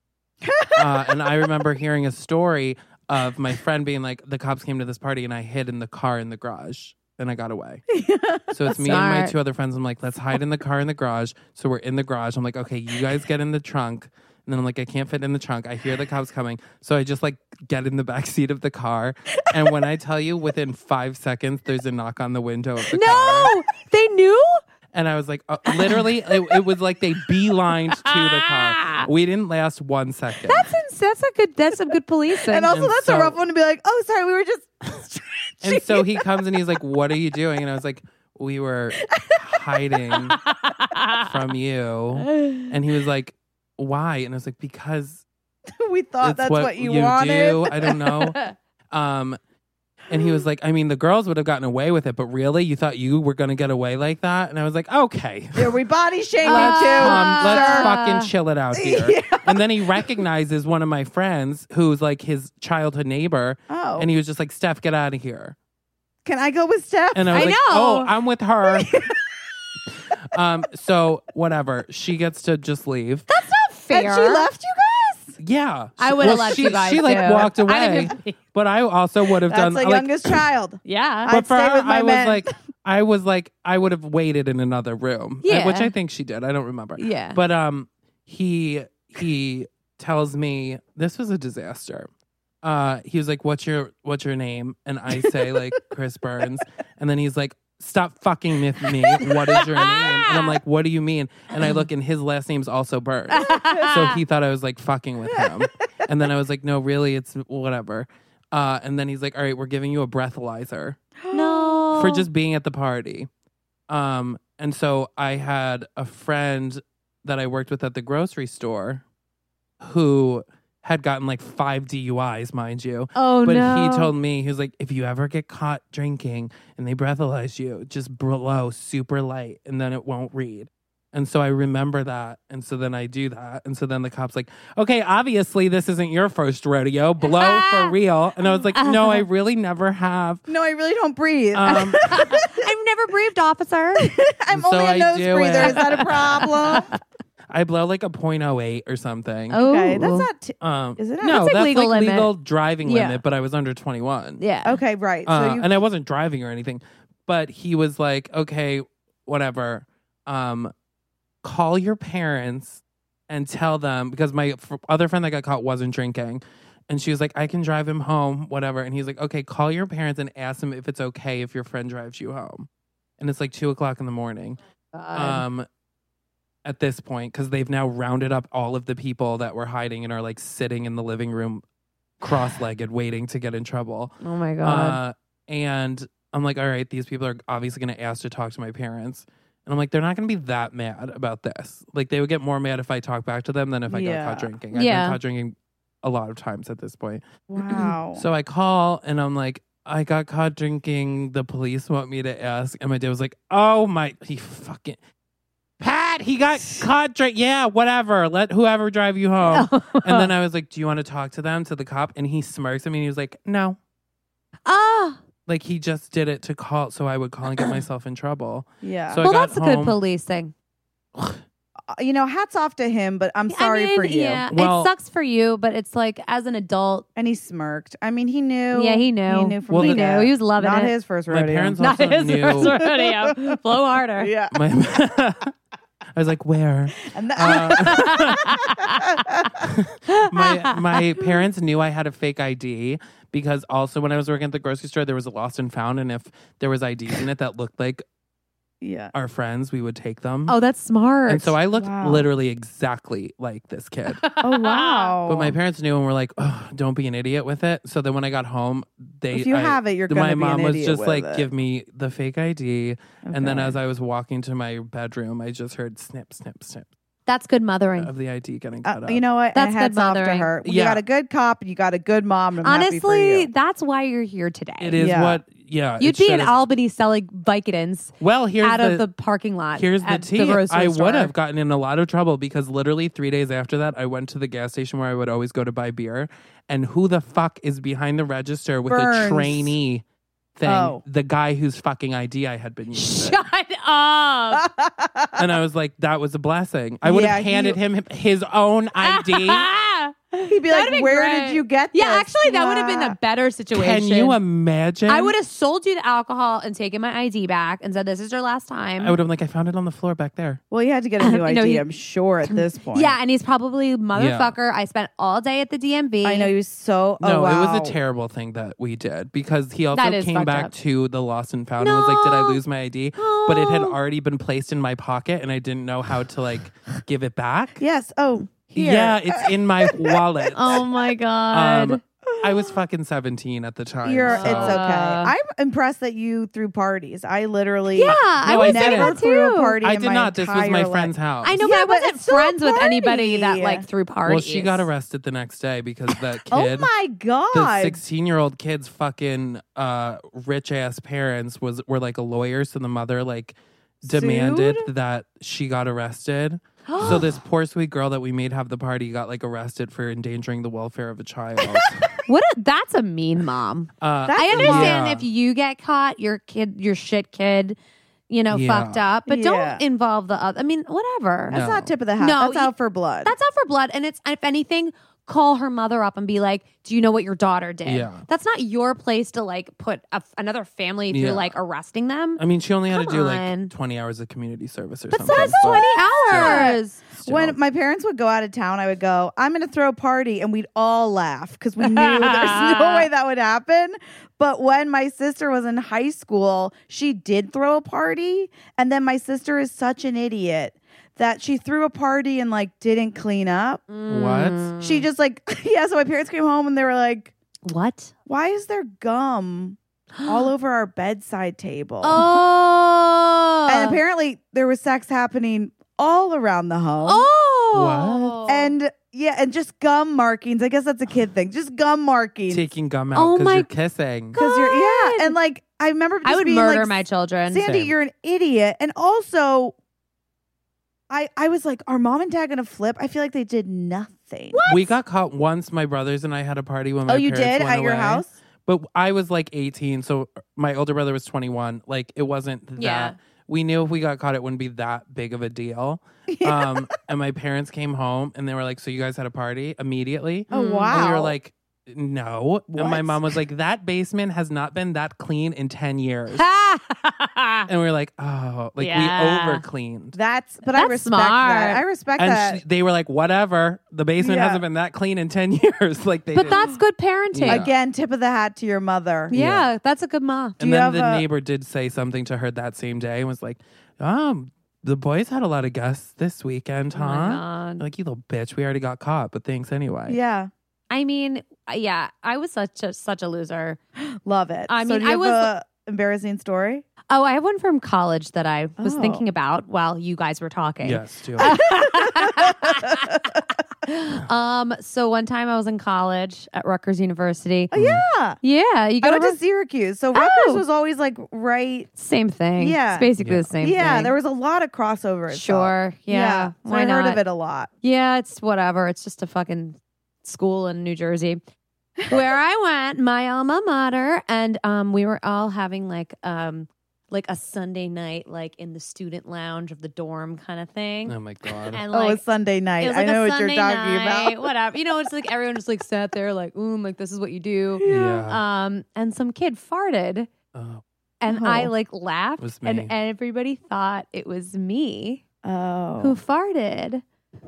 S3: uh, and I remember hearing a story of my friend being like, the cops came to this party and I hid in the car in the garage and I got away. So it's me and my
S1: Smart.
S3: two other friends. I'm like, let's hide in the car in the garage. So we're in the garage. I'm like, okay, you guys get in the trunk. And then I'm like, I can't fit in the trunk. I hear the cops coming. So I just like get in the back seat of the car. And when I tell you, within five seconds, there's a knock on the window of the car.
S1: No, they knew.
S3: And I was like, uh, literally, it, it was like they beelined to the car. We didn't last one second.
S1: That's that's a good. That's some good policing.
S2: and also,
S3: And
S2: that's
S3: so-
S2: a rough one to be like, oh, sorry, we were just.
S3: and so he comes and he's like, What are you doing? And I was like, We were hiding from you. And he was like, Why? And I was like, Because
S2: we thought
S3: it's
S2: that's what,
S3: what,
S2: you, wanted.
S3: do. I don't know. Um, and he was like, I mean, the girls would have gotten away with it, but really, you thought you were going to get away like that? And I was like, Okay.
S2: Yeah, we body shaming
S1: Let's
S2: too.
S3: Um, let's
S2: sir.
S3: fucking chill it out here.
S2: Yeah.
S3: And then he recognizes one of my friends who's like his childhood neighbor.
S2: Oh,
S3: And he was just like, Steph, get out of here.
S2: can I go with Steph?
S3: And I was
S1: I
S3: like,
S1: know.
S3: oh, I'm with her. um, so whatever. She gets to just leave.
S1: fair.
S2: And she left you guys.
S3: yeah.
S1: I would have left
S3: she,
S1: you guys.
S3: She like
S1: too.
S3: walked
S1: I didn't
S3: away.
S1: even-
S3: But I also would have done
S2: That's the
S3: like,
S2: youngest child. I-
S1: yeah.
S3: but
S2: I'd
S3: for
S2: stay
S3: her,
S2: with my
S3: I was
S2: men.
S3: like I was like I would have waited in another room.
S1: Yeah.
S3: Which I think she did. I don't remember.
S1: yeah.
S3: But um, he he tells me this was a disaster. Uh, he was like, "What's your what's your name?" And I say like Chris Burns, and then he's like, "Stop fucking with me. What is your name?" And I'm like, "What do you mean?" And I look, and his last name's also Burns, so he thought I was like fucking with him. And then I was like, "No, really, it's whatever." Uh, and then he's like, "All right, we're giving you a breathalyzer."
S1: no.
S3: for just being at the party. Um, and so I had a friend that I worked with at the grocery store who had gotten like five DUIs, mind you.
S1: Oh
S3: but
S1: no.
S3: he told me, he was like, if you ever get caught drinking and they breathalyze you, just blow super light and then it won't read. And so I remember that. And so then I do that. And so then the cop's like, okay, obviously this isn't your first rodeo. Blow for real. And I was like, no, I really never have.
S2: No, I really don't breathe.
S3: Um,
S1: I've never breathed, officer.
S2: I'm
S3: so
S2: only a
S3: I
S2: nose
S3: do
S2: breather.
S3: it.
S2: Is that a problem?
S3: I blow like a .08 or something.
S2: Okay, that's
S1: Ooh.
S2: not. T-
S3: Um,
S2: is it?
S3: no,
S1: Oh, That's, like, legal limit.
S3: legal driving
S1: Yeah.
S3: limit, but I was under 21.
S1: yeah.
S2: Okay, right.
S3: Uh,
S2: so you,
S3: and I wasn't driving or anything, but he was like, okay, whatever. Um, call your parents and tell them because my f- other friend that got caught wasn't drinking. And she was like, I can drive him home, whatever. And he's like, okay, call your parents and ask them if it's okay if your friend drives you home. And it's like two o'clock in the morning
S1: God.
S3: um at this point because they've now rounded up all of the people that were hiding and are like sitting in the living room cross-legged waiting to get in trouble
S1: oh my god.
S3: uh and i'm like all right these people are obviously going to ask to talk to my parents and i'm like they're not going to be that mad about this like they would get more mad if i talk back to them than if i
S2: Yeah.
S3: got caught drinking i've
S1: Yeah.
S3: been caught drinking a lot of times at this point
S2: wow.
S3: so I call and I'm like, I got caught drinking. The police want me to ask. And my dad was like, Oh my, he fucking, Pat, he got caught drink. Yeah, whatever. Let whoever drive you home. um, And then I was like, Do you want to talk to them, to the cop? And he smirks at me and he was like, No.
S1: ah.
S3: Like he just did it to call so I would call and get myself in trouble.
S2: yeah.
S3: So I
S1: well,
S3: got
S1: that's a good
S3: home.
S1: police thing.
S2: Uh, you know, hats off to him, but I'm sorry
S1: I mean,
S2: for you.
S1: Yeah,
S3: Well-
S1: it sucks for you, but it's like as an adult,
S2: And he smirked. I mean, he knew.
S1: yeah, he knew.
S2: He knew from
S3: Well,
S1: he
S2: the
S3: the-
S1: knew.
S2: get.
S1: He was loving
S2: Not
S1: it.
S2: his first
S3: My
S2: rodeo.
S3: parents
S1: Not
S3: also
S1: his
S3: knew.
S1: first rodeo. Blow harder.
S2: Yeah.
S3: My, I was like, Where? Uh,
S2: And the-
S3: Um, my my parents knew I had a fake ID because also when I was working at the grocery store, there was a lost and found, and if there was IDs in it that looked like
S2: yeah.
S3: our friends, we would take them.
S1: Oh, that's smart.
S3: and so I looked
S2: Wow.
S3: literally exactly like this kid.
S2: Oh wow.
S3: But my parents knew and were like, oh, "Don't be an idiot with it." So then when I got home, they
S2: If you
S3: I-
S2: have it, you're gonna
S3: my
S2: be
S3: mom
S2: an
S3: was
S2: idiot
S3: just
S2: with
S3: like,
S2: it.
S3: "Give me the fake ID," and then
S2: Okay.
S3: as I was walking to my bedroom, I just heard snip, snip, snip
S1: that's good mothering.
S3: of the ID getting cut
S2: Uh,
S3: up.
S2: you know what?
S1: That's
S2: and hats
S1: good
S2: off to
S1: mothering.
S2: her. You
S3: Yeah.
S2: got a good cop and you got a good mom. and I'm happy for
S1: Honestly,
S2: you.
S1: that's why you're here today.
S3: it is
S2: Yeah.
S3: what. Yeah,
S1: You'd
S3: it
S1: be
S3: should
S1: in
S3: have-
S1: Albany selling Vicodins
S3: Well, here's
S1: out
S3: the,
S1: of the parking lot.
S3: Here's the
S1: at
S3: tea.
S1: grocery
S3: I
S1: store.
S3: would have gotten in a lot of trouble because literally three days after that, I went to the gas station where I would always go to buy beer. And who the fuck is behind the register with
S2: Burns.
S3: a trainee thing?
S2: Oh.
S3: The guy whose fucking ID I had been using.
S1: Shut up.
S3: and I was like, that was a blessing. I would
S2: Yeah,
S3: have handed him his own ID.
S2: He'd be
S1: That'd
S2: like,
S1: be
S2: "Where
S1: great.
S2: did you get
S1: Yeah,
S2: this?"
S1: actually, that would have been the better
S3: Can
S1: situation.
S3: you imagine?
S1: I would have sold you the alcohol and taken my ID back and said, "This is your last time."
S3: I would have been like, I found it on the floor back there.
S2: Well, you had to get a new
S1: No,
S2: idea.
S1: he-
S2: I'm sure at this point.
S1: Yeah, and he's probably motherfucker. I spent all day at the DMV.
S2: I know he was so. Oh,
S3: No, it
S2: wow.
S3: was a terrible thing that we did because he also
S1: That is
S3: came
S1: fucked
S3: back
S1: up.
S3: to the lost and found and was like, Did I
S1: No.
S3: lose my ID? But it had
S1: No.
S3: already been placed in my pocket and I didn't know how to like give it back.
S2: Yes. Oh, here.
S3: Yeah, it's in my wallet. Um,
S1: Oh my god.
S3: I was fucking 17 at the time.
S2: You're,
S3: so-
S2: It's okay.
S1: Uh,
S2: I'm impressed that you threw parties. I literally.
S1: yeah, I
S3: No,
S1: was
S3: I
S1: thinking
S3: never
S1: that
S2: threw a
S1: too.
S2: party.
S3: I
S2: in
S3: did
S2: my
S3: not. This was my
S2: entire
S3: friend's
S2: life.
S3: house.
S1: I know,
S2: Yeah,
S1: but I
S2: but
S1: wasn't
S2: it's still a
S1: friends with anybody that
S2: party.
S1: like threw parties.
S3: Well, she got arrested the next day because that
S2: Oh
S3: kid,
S2: my
S3: the
S2: god!
S3: 16 year old kid's fucking uh, rich ass parents was were like a lawyer, so the mother like demanded that she got arrested. so this poor sweet girl that we made have the party got like arrested for endangering the welfare of a child.
S1: What? A, that's a mean mom.
S3: Uh,
S2: That's
S1: I
S2: a
S1: understand
S3: Yeah.
S1: if you get caught, your kid, your shit kid, you know,
S3: Yeah.
S1: fucked up, but
S2: Yeah.
S1: don't involve the other. I mean, whatever.
S2: That's
S3: No.
S2: not tip of the hat.
S1: No,
S2: that's
S1: you-
S2: out for blood.
S1: That's out for blood. And it's, if anything, call her mother up and be like, do you know what your daughter did?
S3: Yeah.
S1: That's not your place to like put a, another family through
S3: Yeah.
S1: like arresting them.
S3: I mean, she only had to
S1: Come
S3: do
S1: on.
S3: like 20 hours of community service or
S1: But
S3: something.
S1: that's
S3: but
S1: 20 hours.
S3: still.
S2: when my parents would go out of town, I would go, I'm going to throw a party. And we'd all laugh because we knew there's no way that would happen. But when my sister was in high school, she did throw a party. And then my sister is such an idiot that she threw a party and like didn't clean up.
S3: What?
S1: Mm.
S2: She just like, yeah. So my parents came home and they were like,
S1: What?
S2: why is there gum all over our bedside table?
S1: Oh.
S2: And apparently there was sex happening all around the home.
S1: Oh.
S2: And yeah, and just gum markings. I guess that's a kid thing. Just gum markings.
S3: taking gum
S1: Oh
S3: out because
S1: my
S3: you're kissing.
S2: Because you're
S1: God.
S2: yeah, and like I remember just
S1: I would
S2: being
S1: murder
S2: like,
S1: my children.
S2: Sandy,
S3: Same.
S2: you're an idiot. And also, I I was like, are mom and dad gonna flip? I feel like they did nothing. What?
S3: We got caught once. My brothers and I had a party when my
S2: Oh, you
S3: parents
S2: did
S3: went
S2: at your
S3: away.
S2: house?
S3: uh, But I was like 18, so my older brother was 21. Like it wasn't that.
S1: Yeah.
S3: we knew if we got caught, it wouldn't be that big of a deal. Um, and my parents came home and they were like, "So you guys had a party immediately?"
S2: Oh
S1: Mm.
S2: wow.
S3: And we were like, "No." And my
S2: What?
S3: mom was like, "That basement has not been that clean in ten years." and we were like, "Oh, like
S1: Yeah.
S3: we over cleaned."
S2: that's but I
S1: That's
S2: respect
S1: smart.
S2: that. I respect that.
S3: And she, they were like, "Whatever." The basement
S2: Yeah.
S3: hasn't been that clean in ten years. like they.
S1: but
S3: did.
S1: that's good parenting.
S3: Yeah.
S1: Yeah,
S2: Again, tip of the hat to your mother.
S3: Yeah.
S1: that's a good mom.
S2: do
S3: And
S2: you
S3: then
S2: have
S3: the
S2: a-
S3: neighbor did say something to her that same day and was like, um, the boys had a lot of guests this weekend,
S1: Oh
S3: huh?
S1: my God.
S3: Like, you little bitch, we already got caught, but thanks anyway.
S2: Yeah.
S1: I mean, yeah, I was such a such a loser.
S2: Love it.
S1: I
S2: so
S1: mean,
S2: do you
S1: I
S2: have
S1: was-
S2: a embarrassing story?
S1: Oh, I have one from college that I was
S2: Oh.
S1: thinking about while you guys were talking.
S3: Yes, do it.
S1: um, so one time I was in college at Rutgers University.
S2: Oh yeah.
S1: Yeah, you
S2: I
S1: go
S2: went
S1: to
S2: to Syracuse. So Rutgers
S1: Oh.
S2: was always like right
S1: same thing.
S2: Yeah.
S1: it's basically
S3: Yeah.
S1: the same.
S2: Yeah,
S1: thing.
S2: there was a lot of crossover. itself.
S1: sure. Yeah,
S2: so
S1: why
S2: I
S1: not?
S2: heard of it a lot.
S1: Yeah, it's whatever. It's just a fucking school in New Jersey. Where I went, my alma mater, and um, we were all having like um, like a Sunday night, like in the student lounge of the dorm kind of thing,
S3: oh my God.
S1: and
S2: oh,
S1: like
S2: it's Sunday night.
S1: it was
S2: I
S1: like
S2: know
S1: a
S2: what
S1: Sunday
S2: you're talking
S1: night,
S2: about.
S1: whatever. You know, it's like everyone just like sat there, like, ooh, like this is what you do.
S3: yeah.
S1: Um, and some kid farted,
S3: oh,
S1: and I
S2: Oh.
S1: like laughed,
S3: It was me.
S1: and everybody thought it was me
S2: Oh,
S1: who farted.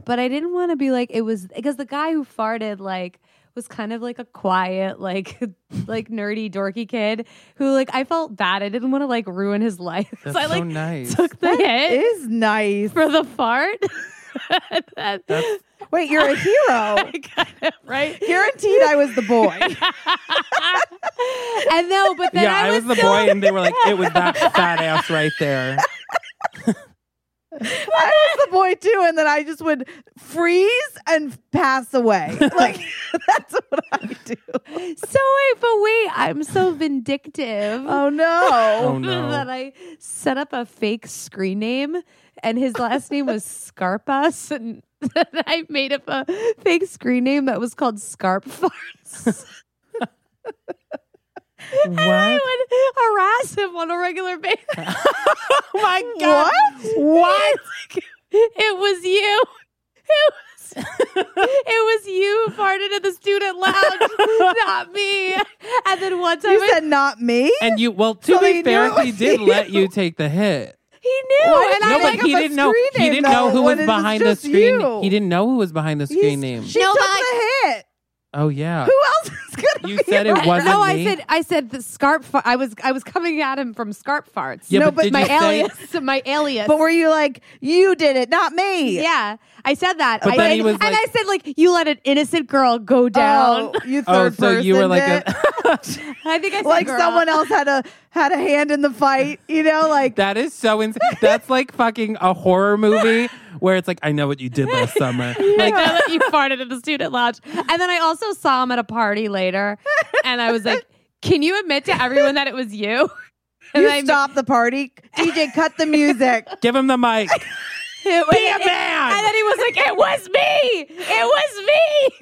S1: But I didn't want to be like it was because the guy who farted like was kind of like a quiet, like like nerdy, dorky kid who like I felt bad. I didn't want to like ruin his life.
S3: that's
S1: so I
S3: so
S1: like
S3: nice.
S1: took the hit
S2: is nice.
S1: for the fart. And then-
S3: That's-
S2: Wait, you're a hero.
S1: I got it, right?
S2: Guaranteed, I was the boy.
S1: and no, but then
S3: yeah, I was, the
S1: still-
S3: boy, and they were like, it was that fat ass right there.
S2: I was the boy too, and then I just would freeze and pass away. Like that's what I do.
S1: So wait, but wait, I'm so vindictive.
S2: Oh no!
S3: Oh, no.
S1: that I set up a fake screen name, and his last name was Scarpus, and then I made up a fake screen name that was called Scarp Farts. and I would harass him on a regular basis. oh my
S2: What?
S1: What? it was you. It was, it was you who farted in the student lounge, not me. And then one time
S2: You
S1: I-
S2: said not me.
S3: And you, well, to
S2: So
S3: be
S2: they
S3: fair,
S2: knew it
S3: he
S2: was
S3: did
S2: you.
S3: let you take the hit.
S1: he knew.
S2: Why did
S1: and I
S2: you
S3: No,
S1: like,
S3: but
S2: make
S3: he
S2: up a
S3: didn't know.
S2: screen
S3: He
S2: name,
S3: didn't know
S2: though,
S3: who
S2: when
S3: was
S2: it was
S3: behind the
S2: just
S3: screen.
S2: you.
S3: He didn't know who was behind the screen
S2: He's-
S3: name.
S2: She
S1: No,
S2: took
S1: but-
S2: the hit.
S3: oh yeah.
S2: Who else is gonna?
S3: You
S2: be
S3: said it
S2: around?
S3: wasn't
S1: no,
S3: me.
S1: I said I said the scarp. Far- I was I was coming at him from scarp farts.
S3: Yeah,
S2: No,
S3: but,
S2: but
S3: did
S1: my
S3: you say,
S1: alias, my alias.
S2: But were you like you did it, not me?
S1: yeah, I said that.
S3: But
S1: I,
S3: then
S1: and,
S3: he was
S1: and
S3: like-
S1: I said like you let an innocent girl go down.
S2: Oh, you
S3: Oh,
S2: third
S3: so you were
S2: personed
S3: like
S2: it.
S3: a.
S1: I think I said
S2: like
S1: girl.
S2: someone else had a had a hand in the fight. You know, like
S3: That is so insane. That's like fucking a horror movie where it's like, I know what you did last summer.
S1: Like
S3: Like,
S1: I let you farted in the student lounge, and then I also saw him at a party later, and I was like, "Can you admit to everyone that it was you?" And
S2: you
S1: I-
S2: stop the party. DJ, cut the music.
S3: give him the mic.
S1: It,
S3: Be a
S1: it-
S3: man!
S1: And then he was like, "It was me! It was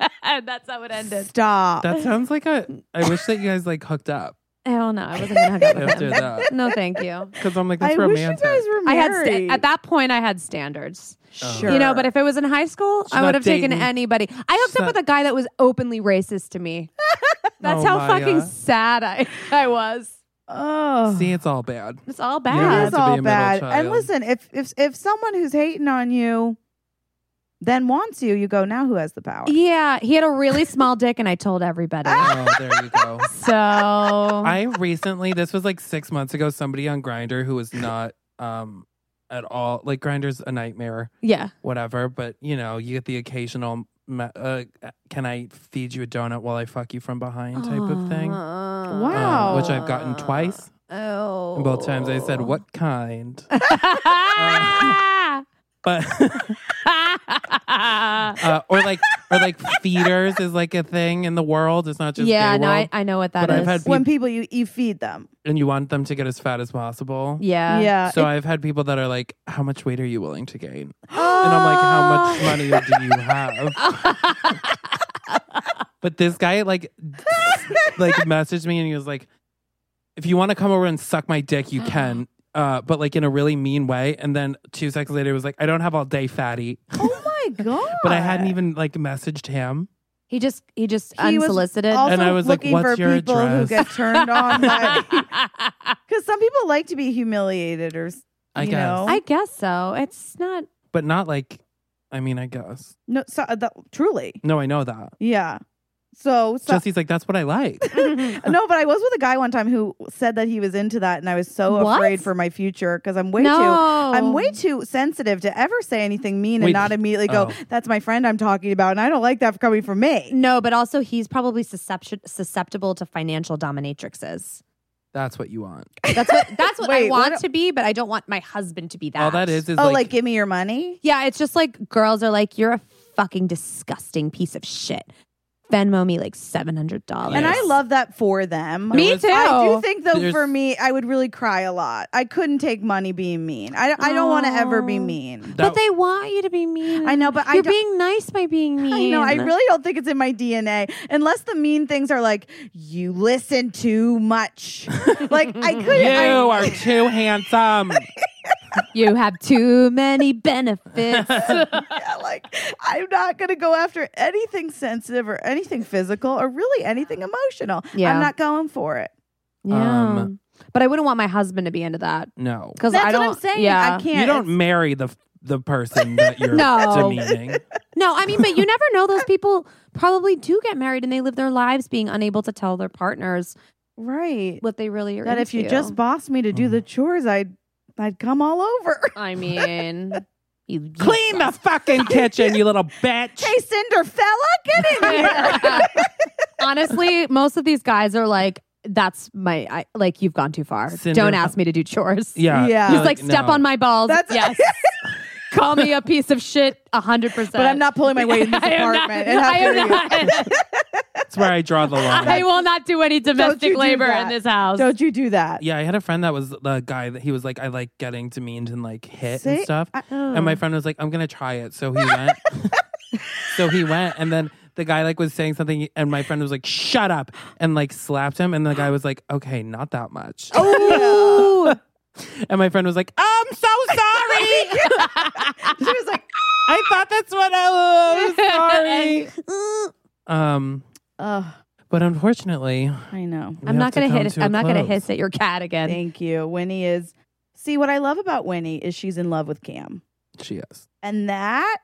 S1: me!" and that's how it ended.
S2: Stop.
S3: That sounds like a. I wish that you guys like hooked up
S1: Hell no, I wasn't gonna hook up with
S3: after
S1: him.
S3: that.
S1: No, thank you.
S3: Because I'm like, that's
S2: I
S3: romantic.
S2: wish you guys were
S1: I had
S2: married.
S1: sta- at that point, I had standards,
S2: sure.
S1: you know. But if it was in high school,
S3: She's
S1: I would
S3: not
S1: have taken
S3: dating.
S1: anybody. I hooked
S3: She's
S1: up
S3: not-
S1: with a guy that was openly racist to me. That's
S3: Oh,
S1: how
S3: Maya.
S1: fucking sad I, I was.
S2: oh,
S3: See, it's all bad.
S1: It's all
S3: Yeah,
S2: it
S1: bad.
S2: is
S3: to be a
S2: all
S3: middle
S2: bad.
S3: child.
S2: And listen, if if if someone who's hating on you then wants you, you go now. Who has the power?
S1: Yeah, he had a really small dick, and I told everybody.
S3: Oh, there you go.
S1: So I,
S3: I recently, this was like six months ago, somebody on Grinder who was not um at all like Grinder's a nightmare,
S1: yeah,
S3: whatever. But you know, you get the occasional. me- Uh, can I feed you a donut while I fuck you from behind type of thing? Uh,
S2: Um,
S1: Wow,
S2: Wow.
S3: which I've gotten twice.
S1: Oh,
S3: And both times I said, What kind? But uh, or like or like feeders is like a thing in the world. It's not just
S1: yeah,
S3: gay
S1: no,
S3: world.
S1: I, I know what that
S3: But I've
S1: is.
S3: had-
S2: When people you you feed them.
S3: and you want them to get as fat as possible.
S1: yeah.
S2: yeah.
S3: So I've had people that are like, How much weight are you willing to gain?
S2: Oh,
S3: And I'm like, How much money do you have? but this guy like like messaged me and he was like, If you want to come over and suck my dick, you can. uh, but like in a really mean way. And then two seconds later, it was like, I don't have all day, fatty.
S2: Oh my god!
S3: But I hadn't even like messaged him.
S1: He just he just
S2: He was
S1: unsolicited.
S2: Also
S3: And I was like,
S2: looking for
S3: "What's your
S2: people who
S3: address?"
S2: get turned on because some people like to be humiliated or s-
S3: I
S2: You
S3: guess,
S2: know?
S1: I guess so. It's not
S3: but not like. I mean, I guess.
S2: no, so, uh, that, truly,
S3: No, I know that.
S2: yeah. So, so
S3: Jesse's like, that's what I like.
S2: no, but I was with a guy one time who said that he was into that, and I was so
S1: What?
S2: afraid for my future because I'm way
S1: no.
S2: too. I'm way too sensitive to ever say anything mean and
S3: Wait,
S2: not immediately go,
S3: oh.
S2: that's my friend I'm talking about. And I don't like that coming from me.
S1: No, but also he's probably suscepti- susceptible to financial dominatrixes.
S3: That's what you want.
S1: That's what that's what
S2: Wait,
S1: I want
S2: what-
S1: to be, but I don't want my husband to be that.
S3: All that is is
S2: Oh, like,
S3: like,
S2: give me your money?
S1: Yeah, it's just like girls are like, you're a fucking disgusting piece of shit. Venmo me like seven hundred dollars.
S2: And I
S3: Yes.
S2: love that for them.
S3: There
S1: me
S3: was-
S1: too.
S2: I do think, though,
S3: There's-
S2: for me, I would really cry a lot. I couldn't take money being mean. I, I don't want to ever be
S1: Oh.
S2: mean.
S1: but
S3: that-
S1: they want you to be mean.
S2: I know, but I
S1: you're
S2: don't.
S1: being nice by being mean.
S2: I know. I really don't think it's in my DNA, unless the mean things are like you listen too much. like I couldn't. I-
S3: you are too handsome.
S1: You have too many benefits.
S2: Yeah, like I'm not going to go after anything sensitive or anything physical or really anything emotional.
S1: Yeah.
S2: I'm not going for it.
S1: yeah,
S3: Um,
S1: but I wouldn't want my husband to be into that
S3: No,
S1: because
S2: That's
S1: I don't.
S2: what I'm saying.
S1: Yeah,
S2: I can't.
S3: you don't
S2: it's-
S3: marry the the person that you're
S1: No.
S3: demeaning.
S1: No, I mean, but you never know. Those people probably do get married and they live their lives being unable to tell their partners
S2: right.
S1: what they really are.
S2: That if you
S1: into.
S2: just bossed me to do
S3: Mm-hmm.
S2: the chores, I'd I'd come all over.
S1: I mean, you you
S3: Clean the fucking kitchen, you little bitch.
S2: hey, Cinder fella, get in here.
S1: Honestly, most of these guys are like, "That's my I, like, you've gone too far.
S3: Cinder-
S1: Don't ask me to do chores."
S3: Yeah,
S2: Yeah.
S1: he's
S2: Uh,
S1: like, "Step on my balls."
S2: That's-
S1: yes. Call me a piece of shit, hundred percent.
S2: but I'm not pulling my weight in this
S1: I am not-
S2: apartment. It has
S1: I
S2: to
S1: am
S2: be-
S1: not.
S3: That's where I draw the line.
S1: I will not do any
S2: you
S1: domestic
S2: do
S1: labor
S2: that.
S1: in this house.
S2: Don't you do that?
S3: yeah, I had a friend that was the guy that he was like, I like getting demeaned and like hit
S2: See?
S3: and stuff.
S2: I-
S3: and my friend was like, I'm gonna try it. So he went. so he went, and then the guy like was saying something, and my friend was like, "Shut up!" and like slapped him, and the guy was like, "Okay, not that much."
S1: Ooh.
S3: And my friend was like, "I'm so sorry.
S2: she was like,
S3: I thought that's what I was sorry." um,
S2: oh,
S3: but unfortunately,
S2: I know.
S3: we
S1: I'm
S3: have
S1: not
S3: to
S1: gonna
S3: come
S1: hit.
S3: to a
S1: I'm not gonna
S3: close.
S1: hiss at your cat again.
S2: Thank you. Winnie is. See, what I love about Winnie is she's in love with Cam.
S3: She is.
S2: And that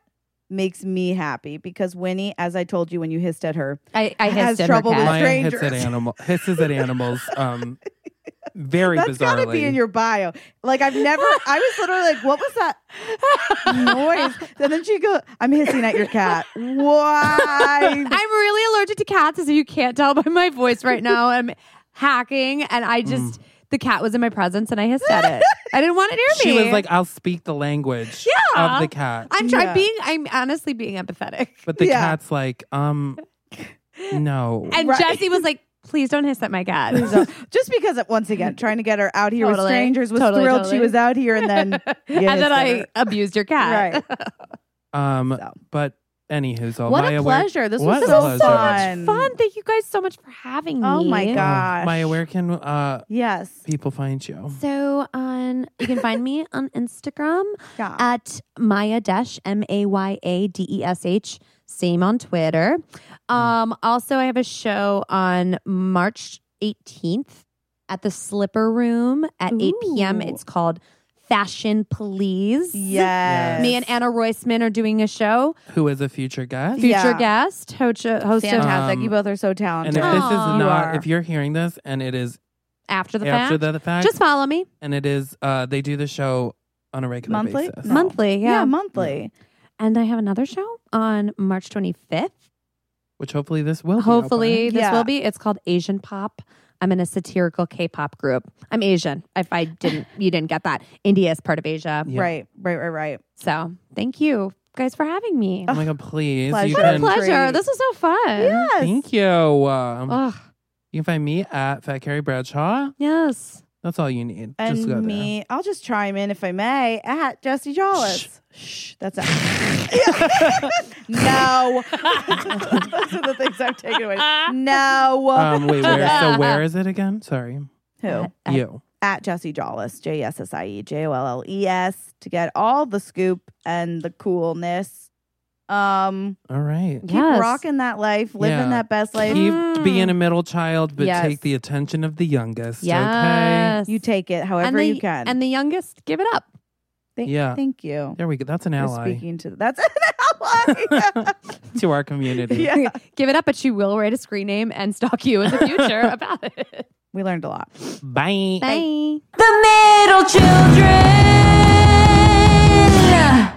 S2: makes me happy because Winnie, as I told you when you hissed at her,
S1: I, I hissed
S2: Has
S1: at
S2: trouble
S1: her
S2: with
S1: cat.
S3: Lion hits at
S2: strangers.
S3: animal hisses at animals. Um, very
S2: that's
S3: bizarrely.
S2: gotta be in your bio. Like I've never I was literally like, what was that noise? And then she goes, I'm hissing at your cat. Why?
S1: I'm really allergic to cats, as you can't tell by my voice right now. I'm hacking, and I
S3: Mm.
S1: just the cat was in my presence, and I hissed at it. I didn't want it near
S3: she
S1: me.
S3: was like, "I'll speak the language
S1: Yeah.
S3: of the cat,"
S1: I'm trying
S2: Yeah.
S1: being. I'm honestly being empathetic.
S3: but the
S2: Yeah.
S3: cat's like, "Um, no."
S1: And
S2: Right.
S1: Jesse was like, "Please don't hiss at my cat."
S2: So, just because once again, trying to get her out here with
S1: Totally.
S2: strangers was
S1: Totally,
S2: thrilled she
S1: totally.
S2: was out here and then you
S1: and
S2: hissed at
S1: then I
S2: her.
S1: abused your cat.
S2: Right.
S3: um,
S2: So.
S3: but anywho's all
S2: what
S3: Maya,
S2: a
S3: where-
S2: pleasure. This
S3: What
S2: was
S3: a
S2: so
S3: pleasure.
S2: fun.
S1: Fun. Thank you guys so much for having me.
S2: Oh my
S3: Oh,
S2: God. gosh.
S3: Maya, where can uh
S2: Yes.
S3: people find you?
S1: So on, you can find me on Instagram
S2: Yeah.
S1: at Maya Dash M A Y A D E S H. Same on Twitter. Um, also, I have a show on March 18th at the Slipper Room at 8 p.m.
S2: Ooh.
S1: It's called Fashion Please.
S2: yes.
S1: Me and Anna Royceman are doing a show.
S3: Who is a future guest?
S1: Future
S2: Yeah.
S1: guest, host, host of
S2: Fantastic.
S3: Um,
S2: you both are so
S3: And
S2: talented.
S3: if this is
S1: Aw. You
S3: not,
S2: are.
S3: if you're hearing this and it is
S1: After the
S3: after
S1: Fact.
S3: the fact,
S1: Just follow me
S3: and it is, uh, they do the show on a regular
S2: Monthly?
S3: basis.
S2: No.
S1: monthly.
S2: yeah.
S1: Yeah.
S2: monthly.
S1: And I have another show on March 25th.
S3: which hopefully this will. be
S1: Hopefully,
S2: open.
S1: this
S2: Yeah.
S1: will be. It's called Asian Pop. I'm in a satirical K-pop group. I'm Asian. If I didn't, you didn't get that. India is part of Asia.
S3: Yeah.
S2: Right, right, right, right.
S1: So thank you guys for having me.
S3: open. Oh my god! Please,
S2: Pleasure.
S3: you
S1: what a
S3: can.
S1: pleasure!
S2: Great.
S1: This was so fun. Yeah.
S3: Thank you. Um,
S1: Ugh.
S3: you can find me at Fat Carrie Bradshaw.
S1: Yes.
S3: That's all you need.
S2: And
S3: Just go
S2: me, I'll just chime in if I may at Jesse Jollis. Shh. that's it. no. Those are the things I've taken away. No.
S3: Um, there. Um, wait, where? so where is it again? Sorry,
S2: Who?
S1: At-
S3: you.
S2: At, at Jesse Jolles, J E S S I E J O L L E S, to get all the scoop and the coolness. Um,
S3: All right.
S2: keep
S1: Yes.
S2: rocking that life, living
S3: Yeah.
S2: that best life.
S1: Mm.
S3: Keep being a middle child, but
S2: Yes.
S3: take the attention of the youngest.
S1: Yes.
S2: You take it however
S1: and the,
S2: you can.
S1: And the youngest, give it up.
S2: Thank-
S3: Yeah.
S2: thank you
S3: Okay. There we go. That's an
S2: for
S3: ally
S2: speaking to that's an ally.
S3: to our community.
S2: Yeah.
S1: give it up, but she will write a screen name and stalk you in the future about it.
S2: we learned a lot.
S3: Bye.
S1: Bye.
S4: The middle children.